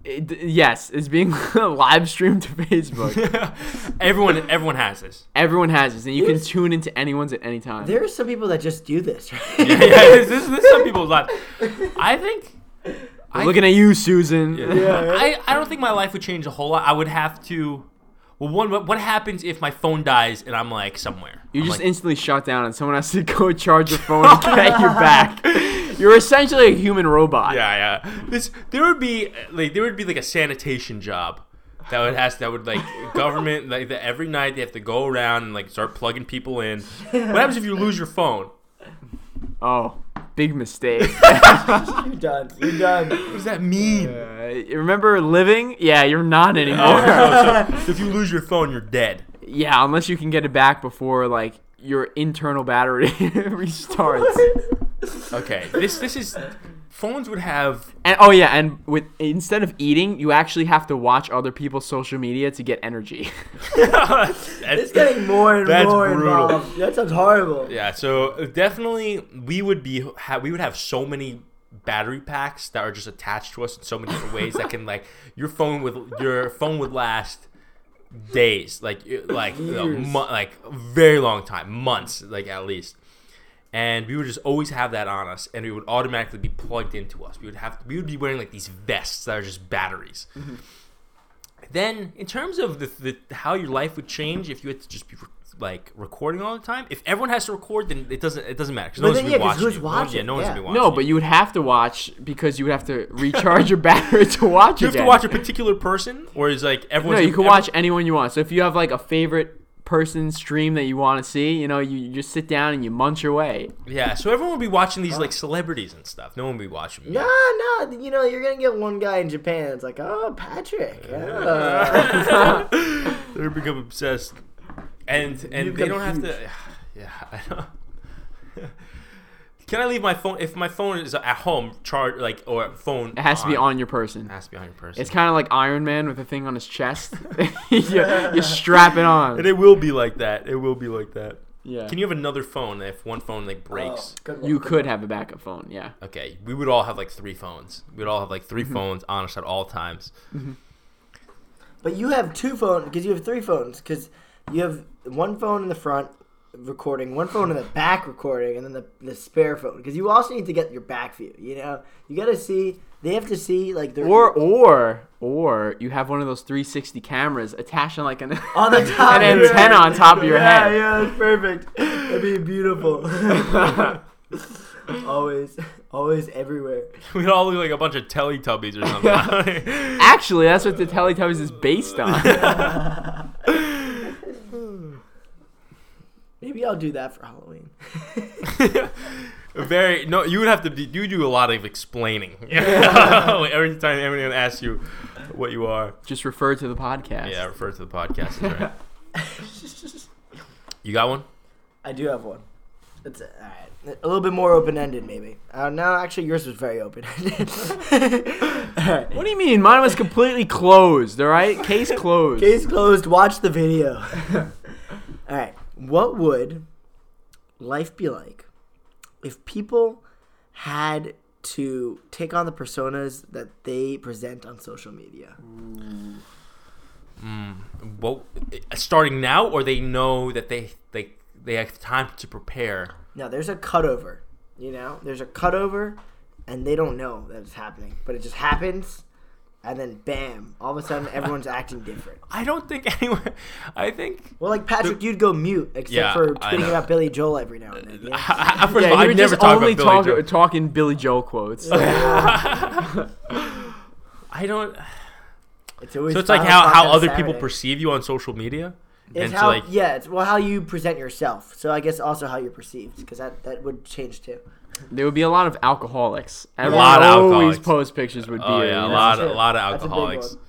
Speaker 3: It- yes, it's being [LAUGHS] live streamed to Facebook.
Speaker 4: [LAUGHS] everyone, everyone
Speaker 3: [LAUGHS]
Speaker 4: has this.
Speaker 3: Everyone has this, and you can
Speaker 5: There's-
Speaker 3: tune into anyone's at any time.
Speaker 5: There are some people that just do this, right?
Speaker 4: yeah, this, this, this
Speaker 5: [LAUGHS]
Speaker 4: is some people's life. I think. I
Speaker 3: Looking at you, Susan. [LAUGHS]
Speaker 4: I, I don't think my life would change a whole lot. I would have to. Well, one, what, what happens if my phone dies and I'm like somewhere?
Speaker 3: You're
Speaker 4: I'm
Speaker 3: just
Speaker 4: like,
Speaker 3: instantly shut down, and someone has to [LAUGHS] go charge your phone
Speaker 4: [LAUGHS]
Speaker 3: and get you back. You're essentially a human robot.
Speaker 4: yeah, yeah. This there would be uh, like there would be like a sanitation job that would has that
Speaker 3: [LAUGHS]
Speaker 4: would like government like that every night they have to go around and like start plugging people in. What happens if you lose your phone?
Speaker 3: Oh, big mistake. [LAUGHS]
Speaker 5: You're done. You're done.
Speaker 4: What does that mean?
Speaker 3: Uh, you remember living? Yeah, you're not
Speaker 4: [LAUGHS]
Speaker 3: anymore.
Speaker 4: Oh, so if you lose your phone, you're dead.
Speaker 3: [LAUGHS] yeah, unless you can get it back before like your internal battery [LAUGHS] restarts.
Speaker 4: Okay, this this is phones would have
Speaker 3: And oh yeah, and with instead of eating, you actually have to watch other people's social media to get energy.
Speaker 5: [LAUGHS]
Speaker 3: [LAUGHS]
Speaker 5: It's getting more and
Speaker 4: That's
Speaker 5: more
Speaker 4: brutal.
Speaker 5: involved. That sounds horrible.
Speaker 4: Yeah, so definitely we would be ha- we would have so many battery packs that are just attached to us in so many different ways that can like your phone with your phone would last days like it- like you know,
Speaker 5: Years.
Speaker 4: mo- like a very long time months like at least and we would just always have that on us and it would automatically be plugged into us we would have we would be wearing like these vests that are just batteries then in terms of the, the how your life would change if you had to just be like recording all the time if everyone has to record then it doesn't it doesn't matter 'cause no
Speaker 5: But
Speaker 4: one's
Speaker 5: then,
Speaker 4: gonna
Speaker 5: yeah,
Speaker 4: be
Speaker 5: 'cause who's
Speaker 4: watching you. No one-
Speaker 5: watching?
Speaker 4: yeah no one's gonna be
Speaker 5: Yeah.
Speaker 4: watching
Speaker 3: no, but you would have to watch because you would have to recharge your [LAUGHS] battery to watch
Speaker 4: you have
Speaker 3: again.
Speaker 4: to watch a particular person or is like
Speaker 3: no,
Speaker 4: everyone's
Speaker 3: you can
Speaker 4: gonna- everyone-
Speaker 3: watch anyone you want. So if you have like a favorite person stream that you want to see, you know, you, you just sit down and you munch your way.
Speaker 4: Yeah, so everyone would be watching these like celebrities and stuff. No one would be watching me.
Speaker 5: Nah, nah. You know, you're gonna get one guy in Japan. It's like, oh, Patrick. [LAUGHS] yeah." [LAUGHS]
Speaker 4: They're become obsessed, and and
Speaker 5: You
Speaker 4: they don't
Speaker 5: become
Speaker 4: have to. [SIGHS] Yeah, I know. [LAUGHS] Can I leave my phone if my phone is at home charged like or phone?
Speaker 3: It has to be on your person.
Speaker 4: It has to be on your person.
Speaker 3: It's kind of like Iron Man with a thing on his chest. [LAUGHS] you, you strap it
Speaker 4: and
Speaker 3: on.
Speaker 4: it will be like that. It will be like that.
Speaker 3: Yeah.
Speaker 4: Can you have another phone if one phone like [LAUGHS] breaks?
Speaker 5: Oh, good one.
Speaker 3: You could have a backup phone, yeah.
Speaker 4: Okay, we would all have like three phones. We'd all have
Speaker 3: [LAUGHS]
Speaker 4: like 3 phones on us at all times. [LAUGHS]
Speaker 5: But you have two phones because you have three phones because you have one phone in the front recording, one phone in the back recording, and then the, the spare phone because you also need to get your back view. You know, you gotta see. They have to see like their
Speaker 3: Or or or you have one of those 360 cameras attached on like [LAUGHS] an
Speaker 5: on the top
Speaker 3: an
Speaker 5: yeah.
Speaker 3: antenna on top of your
Speaker 5: yeah,
Speaker 3: head.
Speaker 5: Yeah, that's perfect. That'd
Speaker 3: [LAUGHS]
Speaker 5: be beautiful. always, always, everywhere.
Speaker 4: We'd all look like a bunch of Teletubbies
Speaker 3: [LAUGHS]
Speaker 4: or something. [LAUGHS]
Speaker 3: Actually, that's what the Teletubbies is based on.
Speaker 5: Maybe I'll do that for Halloween.
Speaker 4: [LAUGHS] Very no, you would have to be, you do a lot of explaining [LAUGHS] every time anyone asks you what you are.
Speaker 3: Just refer to the podcast.
Speaker 4: Yeah, refer to the podcast. That's right. You got one?
Speaker 5: I do have one. It's all right. A little bit more open ended, maybe. Uh, no, actually, yours was very open [LAUGHS] ended.
Speaker 3: What do you mean? Mine was completely closed, all right? Case closed.
Speaker 5: Case closed. Watch the video. all right. What would life be like if people had to take on the personas that they present on social media?
Speaker 4: Well, uh, starting now, or they know that they they they have time to prepare.
Speaker 5: Now, there's a cutover. You know, there's a cutover, and they don't know that it's happening, but it just happens, and then bam! All of a sudden, everyone's acting different.
Speaker 4: I don't think anyone. I think
Speaker 5: Well, like Patrick, you'd go mute except
Speaker 4: Yeah,
Speaker 5: for
Speaker 4: I
Speaker 5: tweeting
Speaker 4: know.
Speaker 5: about Billy Joel every now and then. you know?
Speaker 4: [LAUGHS] I, I- [LAUGHS] first
Speaker 3: Yeah,
Speaker 4: of all,
Speaker 3: you
Speaker 4: I
Speaker 3: were
Speaker 4: never
Speaker 3: just
Speaker 4: talk
Speaker 3: only
Speaker 4: about
Speaker 3: talk-
Speaker 4: Billy Joe.
Speaker 3: talking Billy Joel quotes.
Speaker 4: I don't.
Speaker 5: It's always
Speaker 4: So it's like
Speaker 5: five
Speaker 4: how
Speaker 5: o'clock
Speaker 4: how
Speaker 5: on
Speaker 4: other
Speaker 5: Saturday.
Speaker 4: people perceive you on social media.
Speaker 5: It's
Speaker 4: and
Speaker 5: how
Speaker 4: so like
Speaker 5: yeah, it's well how you present yourself. So I guess also how you're perceived because that that would change too.
Speaker 3: There would be a lot of alcoholics. Everyone
Speaker 4: lot of
Speaker 3: Always
Speaker 4: alcoholics.
Speaker 3: post pictures would be.
Speaker 4: oh
Speaker 3: you
Speaker 4: yeah, a
Speaker 3: know?
Speaker 4: lot,
Speaker 5: That's
Speaker 4: a
Speaker 5: it.
Speaker 4: lot of
Speaker 5: That's a big
Speaker 4: alcoholics.
Speaker 5: one.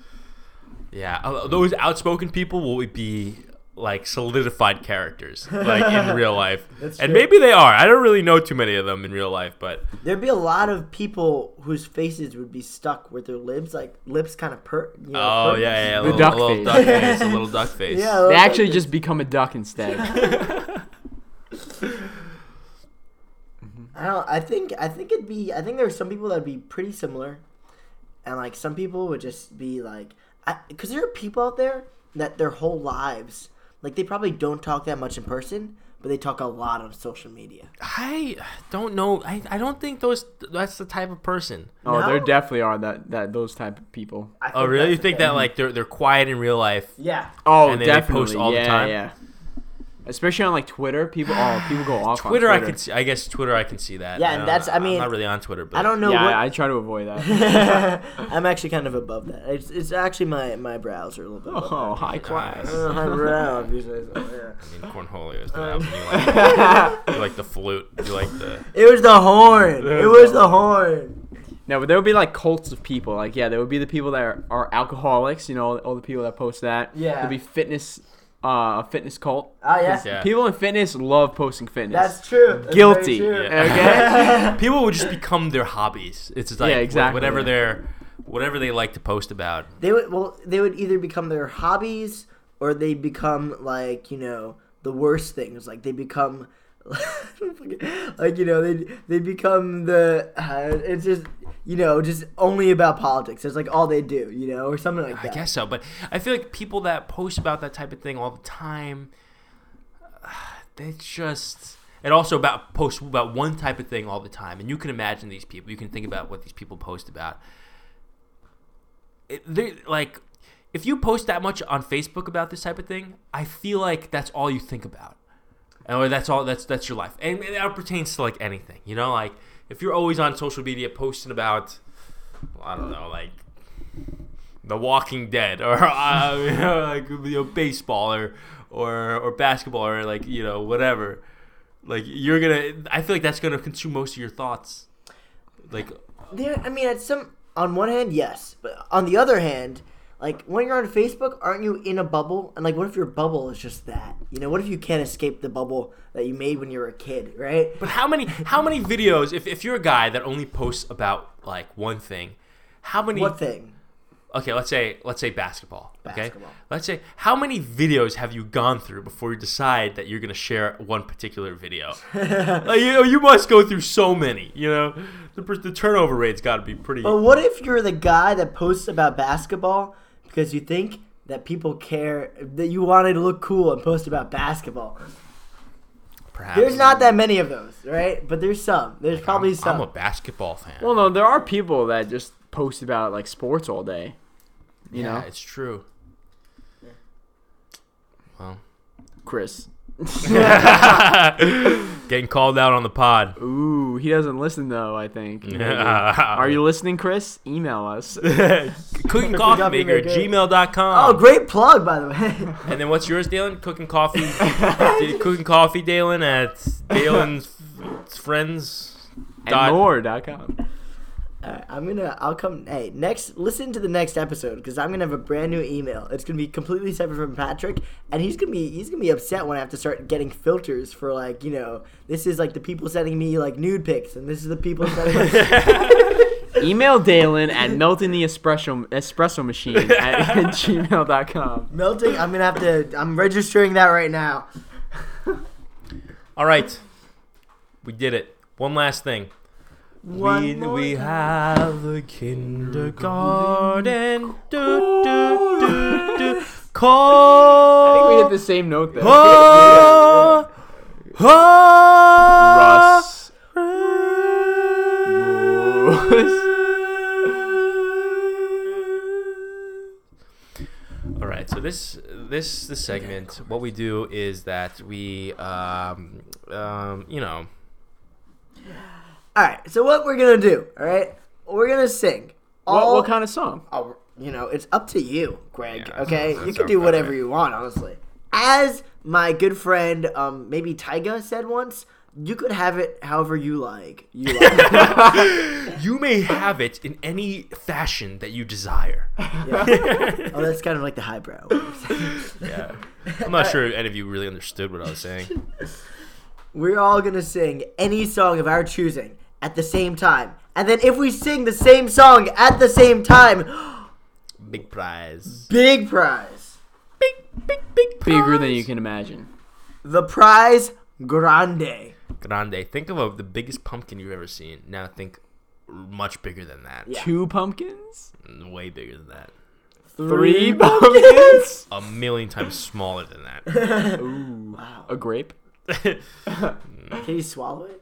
Speaker 4: Yeah, uh, those outspoken people will be like solidified characters, like
Speaker 5: [LAUGHS]
Speaker 4: in real life,
Speaker 5: That's
Speaker 4: and
Speaker 5: true.
Speaker 4: maybe they are. I don't really know too many of them in real life, but
Speaker 5: There'd be a lot of people whose faces would be stuck with their lips, like lips kind of per. You know,
Speaker 4: oh
Speaker 5: perked.
Speaker 4: yeah, yeah, a
Speaker 3: The
Speaker 4: little,
Speaker 3: duck
Speaker 4: a little
Speaker 3: face.
Speaker 4: duck
Speaker 5: [LAUGHS]
Speaker 4: face, a little duck face.
Speaker 5: Yeah,
Speaker 3: They
Speaker 5: like-
Speaker 3: actually just become a duck
Speaker 4: [LAUGHS]
Speaker 3: instead.
Speaker 5: I don't. I think. I think it'd be. I think there are some people that'd be pretty similar, and like some people would just be like, because there are people out there that their whole lives, like they probably don't talk that much in person, but they talk a lot on social media.
Speaker 4: I don't know. I, I don't think those. That's the type of person.
Speaker 3: oh, there
Speaker 5: No?
Speaker 3: definitely are that that those type of people.
Speaker 5: I
Speaker 4: Oh, really? You
Speaker 5: that's the
Speaker 4: think
Speaker 5: thing.
Speaker 4: that like they're they're quiet in real life?
Speaker 5: Yeah.
Speaker 3: Oh,
Speaker 4: And then they
Speaker 3: definitely.
Speaker 4: post all the
Speaker 3: yeah,
Speaker 4: time.
Speaker 3: yeah. Especially on like Twitter, people. Oh, people go off
Speaker 4: Twitter,
Speaker 3: on
Speaker 4: I
Speaker 3: Twitter.
Speaker 4: can. See, I guess Twitter, I can see that.
Speaker 5: Yeah, and
Speaker 4: don't-
Speaker 5: that's- I mean,
Speaker 4: I'm not really on Twitter, but
Speaker 5: I don't know
Speaker 3: yeah,
Speaker 5: what.
Speaker 3: I, I try to avoid that.
Speaker 5: [LAUGHS]
Speaker 3: [LAUGHS]
Speaker 5: I'm actually kind of above that. It's, it's actually my, my brows are a little bit. above
Speaker 3: Oh, high
Speaker 4: class.
Speaker 3: class.
Speaker 5: that. Uh, my brow, if you say so,
Speaker 4: I mean, cornholio is the
Speaker 5: Uh, [LAUGHS]
Speaker 4: album. You like, you like the flute. You like the.
Speaker 5: yeah. It was the horn. It was the horn.
Speaker 3: [LAUGHS] No, but there would be like cults of people. Like, yeah, there would be the people that are, are alcoholics. You know, all the people that post that.
Speaker 5: Yeah.
Speaker 3: There'd be fitness, uh, a fitness cult.
Speaker 5: Oh yeah,
Speaker 4: Yeah.
Speaker 3: People in fitness love posting fitness.
Speaker 5: that's true. That's very
Speaker 3: guilty.
Speaker 5: true.
Speaker 4: Yeah.
Speaker 3: Okay.
Speaker 4: [LAUGHS] People would just become their hobbies. It's just like
Speaker 3: Yeah, exactly.
Speaker 4: whatever they're, whatever they like to post about.
Speaker 5: They would well, they would either become their hobbies or they become like you know the worst things. Like they become, [LAUGHS] like you know they they become the uh, it's just you know just only about politics. It's like all they do, you know, or something like
Speaker 4: I
Speaker 5: that.
Speaker 4: guess so, but I feel like people that post about that type of thing all the time, [SIGHS] they just and also about post about one type of thing all the time, and you can imagine these people. You can think about what these people post about. It, they like, if you post that much on Facebook about this type of thing, I feel like that's all you think about, or that's all that's that's your life, and, and that pertains to like anything, you know, like if you're always on social media posting about, well, I don't know, like the Walking Dead, or [LAUGHS] uh, you know, like you know, baseball, or, or or basketball, or like you know whatever. Like you're gonna, I feel like that's gonna consume most of your thoughts. Like
Speaker 5: There, I mean, at some on one hand, yes, but on the other hand, like when you're on Facebook, aren't you in a bubble? And like, what if your bubble is just that? You know, what if you can't escape the bubble that you made when you were a kid, right?
Speaker 4: But how many how many videos if, if you're a guy that only posts about like one thing, how many
Speaker 5: What thing?
Speaker 4: Okay, let's say let's say basketball.
Speaker 5: Basketball.
Speaker 4: Okay. Let's say how many videos have you gone through before you decide that you're gonna share one particular video? like, you know, you must go through so many, you know. The, per- the turnover rate's gotta be pretty
Speaker 5: But what if you're the guy that posts about basketball because you think that people care that you wanted to look cool and post about basketball?
Speaker 4: perhaps
Speaker 5: There's not that many of those, right? But there's some. There's probably
Speaker 4: I'm,
Speaker 5: some.
Speaker 4: I'm a basketball fan.
Speaker 3: well, no, there are people that just post about like sports all day. You
Speaker 4: yeah,
Speaker 3: know,
Speaker 4: it's true. [LAUGHS] Well
Speaker 3: Chris.
Speaker 4: getting called out on the pod.
Speaker 3: Ooh, he doesn't listen though. I think. Maybe. Are
Speaker 4: Are
Speaker 3: you [LAUGHS] listening, Chris? Email [LAUGHS] us.
Speaker 4: [LAUGHS] cooking coffee maker at gmail.com.
Speaker 5: oh, great plug, by the way. [LAUGHS]
Speaker 4: And then what's yours, Dalen? Cooking
Speaker 3: [LAUGHS]
Speaker 4: coffee. Did- cooking coffee, Dalen at Dalen's friends. dot-
Speaker 3: and more.com.
Speaker 5: All right, I'm gonna. I'll come. Hey, next. Listen to the next episode because I'm gonna have a brand new email. It's gonna be completely separate from Patrick, and he's gonna be he's gonna be upset when I have to start getting filters for like you know this is like the people sending me like nude pics, and this is the people sending.
Speaker 3: [LAUGHS]
Speaker 5: Us.
Speaker 3: Email Dalen at melting the espresso espresso machine at [LAUGHS] gmail.com.
Speaker 5: [LAUGHS] Melting. I'm gonna have to. I'm registering that right now.
Speaker 4: All right, we did it. One last thing. we we have a kindergarten. Do, do, do, do.
Speaker 3: I think we
Speaker 4: Call.
Speaker 3: hit the same note there.
Speaker 4: Oh, oh,
Speaker 3: [LAUGHS] Russ.
Speaker 4: All right, so this this this segment, what we do is that we, um, um, you know,
Speaker 5: All right. So what we're gonna do? All right. We're gonna sing.
Speaker 3: What,
Speaker 5: all-
Speaker 3: what kind of song?
Speaker 5: I'll- you know, it's up to you, Greg.
Speaker 4: Yeah,
Speaker 5: okay,
Speaker 4: [LAUGHS] that
Speaker 5: you can
Speaker 4: sounds
Speaker 5: do
Speaker 4: about
Speaker 5: whatever
Speaker 4: right.
Speaker 5: you want, honestly. as my good friend, um, maybe Tyga said once, you could have it however you like. You like.
Speaker 4: [LAUGHS] You may have it in any fashion that you desire.
Speaker 5: oh, that's kind of like the highbrow.
Speaker 4: Yeah. I'm not sure if any of you really understood what I was [LAUGHS] saying.
Speaker 5: We're all gonna sing any song of our choosing at the same time, and then if we sing the same song at the same time, [GASPS]
Speaker 4: Big prize.
Speaker 5: big prize.
Speaker 3: Bigger than you can imagine.
Speaker 5: The prize grande.
Speaker 4: Grande. Think of a, the biggest pumpkin you've ever seen. Now think much bigger than that.
Speaker 5: Yeah.
Speaker 3: Two pumpkins?
Speaker 4: Way bigger than that.
Speaker 3: Three pumpkins?
Speaker 4: A million times smaller than that.
Speaker 3: A grape?
Speaker 5: Can you swallow it?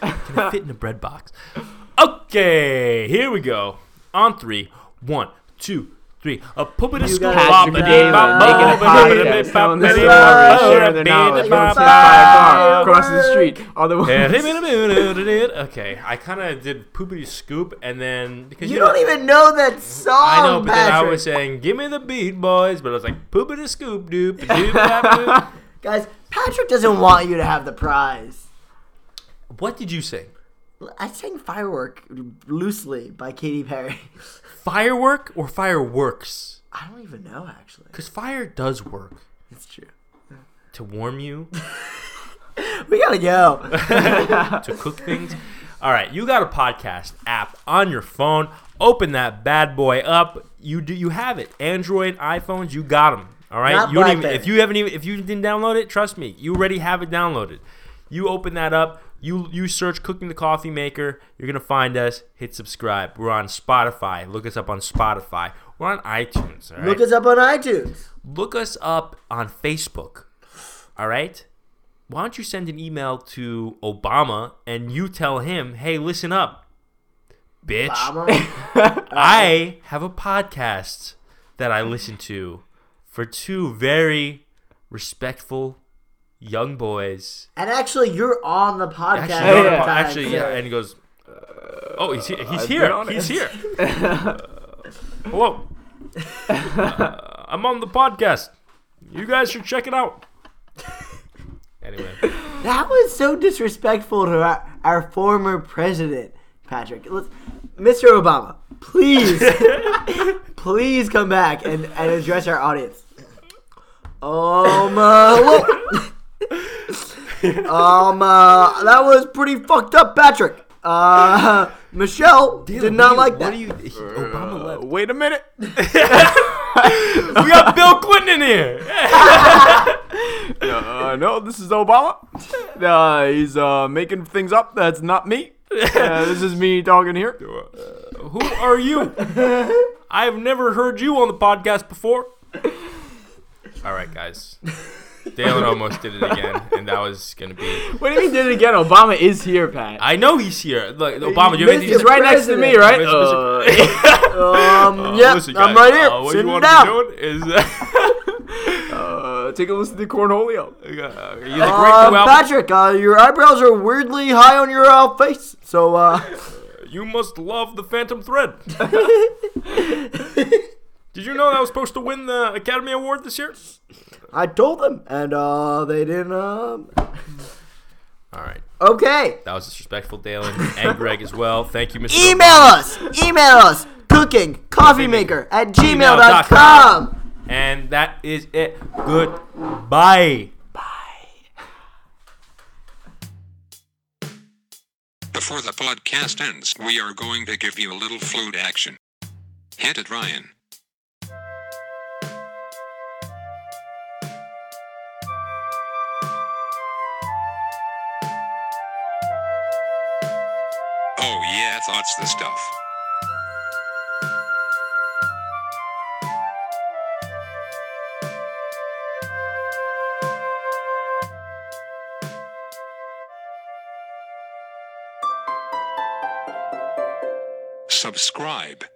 Speaker 4: Can it fit in a bread box? Okay, here we go. On three. One, two, three. A puppet is
Speaker 5: got
Speaker 3: Patrick Daly making a podcast telling the story, sharing their knowledge from hit by a car across the street. All the way. [LAUGHS]
Speaker 4: Okay, I kind of did poopity scoop, and then because
Speaker 5: You,
Speaker 4: you,
Speaker 5: don't even know that song.
Speaker 4: I know, but then I
Speaker 5: Patrick.
Speaker 4: was saying, "Give me the beat, boys," but I was like, "Poopity scoop, doop, doop, dap, doop."
Speaker 5: Guys, Patrick doesn't want you to have the prize.
Speaker 4: What did you sing?
Speaker 5: I sang Firework loosely by Katy Perry. [LAUGHS]
Speaker 4: Firework or fireworks?
Speaker 5: I don't even know, actually.
Speaker 4: Because fire does work
Speaker 5: It's true.
Speaker 4: to
Speaker 5: [LAUGHS]
Speaker 4: warm you,
Speaker 5: We gotta go.
Speaker 4: to cook things. All right, you got a podcast app on your phone. Open that bad boy up. You do. You have it. Android, iPhones. You got them. All right.
Speaker 5: Not
Speaker 4: you don't even,
Speaker 5: Blackberry.
Speaker 4: if you haven't even if you didn't download it, trust me, you already have it downloaded. You open that up. You you search "Cooking the Coffee Maker." You're gonna find us. Hit subscribe. We're on Spotify. Look us up on Spotify. We're on iTunes. All right?
Speaker 5: Look us up on iTunes.
Speaker 4: look us up on Facebook. All right? Why don't you send an email to Obama and you tell him, hey, listen up, bitch.
Speaker 5: Obama.
Speaker 4: I have a podcast that I listen to for two very respectful young boys.
Speaker 5: and actually, you're on the podcast.
Speaker 4: Actually, no, no,
Speaker 3: yeah.
Speaker 4: no,
Speaker 5: sometimes.
Speaker 4: actually, yeah. And he goes, oh, he's here. He's
Speaker 3: I've been
Speaker 4: here.
Speaker 3: on
Speaker 4: He's
Speaker 3: it.
Speaker 4: here. Uh, hello. Uh, I'm on the podcast. You guys should check it out. Anyway,
Speaker 5: That was so disrespectful to our, our former president, Patrick. Let's, Mr. Obama,
Speaker 4: [LAUGHS]
Speaker 5: please, please come back and, and address our audience. Oma,
Speaker 4: [LAUGHS]
Speaker 5: Oma, that was pretty fucked up, Patrick. Uh, Michelle did not like that.
Speaker 4: what do you? he- Obama left.
Speaker 3: Uh, Wait a minute.
Speaker 4: We got Bill Clinton in here.
Speaker 3: Uh, no, this is Obama. Uh, he's uh, making things up. That's not me. Uh, this is me talking
Speaker 4: [LAUGHS]
Speaker 3: here.
Speaker 4: Who
Speaker 5: [LAUGHS]
Speaker 4: are you? I've never heard you on the podcast before. All right, guys. Dalen almost did it again, and that was gonna be. it.
Speaker 3: What do you mean did it again? Obama is here, Pat.
Speaker 4: I know he's here. Look, Obama, do you have anything to
Speaker 3: He's right next to me, right?
Speaker 4: Mr.
Speaker 3: Uh,
Speaker 5: Um,
Speaker 4: [LAUGHS] Uh,
Speaker 5: yeah,
Speaker 4: listen,
Speaker 5: I'm
Speaker 4: guys,
Speaker 5: right here,
Speaker 4: uh, what you
Speaker 5: sitting
Speaker 4: want
Speaker 5: down.
Speaker 4: to be [LAUGHS] doing is.
Speaker 3: uh, [LAUGHS] take a listen to Cornholio.
Speaker 4: uh, you look great
Speaker 5: Uh,
Speaker 4: new album.
Speaker 5: Patrick, uh, your eyebrows are weirdly high on your uh, face, so uh,
Speaker 4: You must love the
Speaker 5: [LAUGHS]
Speaker 4: Phantom Thread. Did you know that was supposed to win the Academy Award this year?
Speaker 5: I told them, and uh, they didn't. Um...
Speaker 4: All right,
Speaker 5: Okay,
Speaker 4: that was disrespectful, Dalen and Greg as well. Thank you, Mr.
Speaker 5: email us, email us, cooking coffee maker at gmail.com.
Speaker 4: And that is it. Goodbye.
Speaker 6: Before the podcast ends, we are going to give you a little flute action. Hit it, Ryan. Oh, yeah, that's the stuff. Subscribe.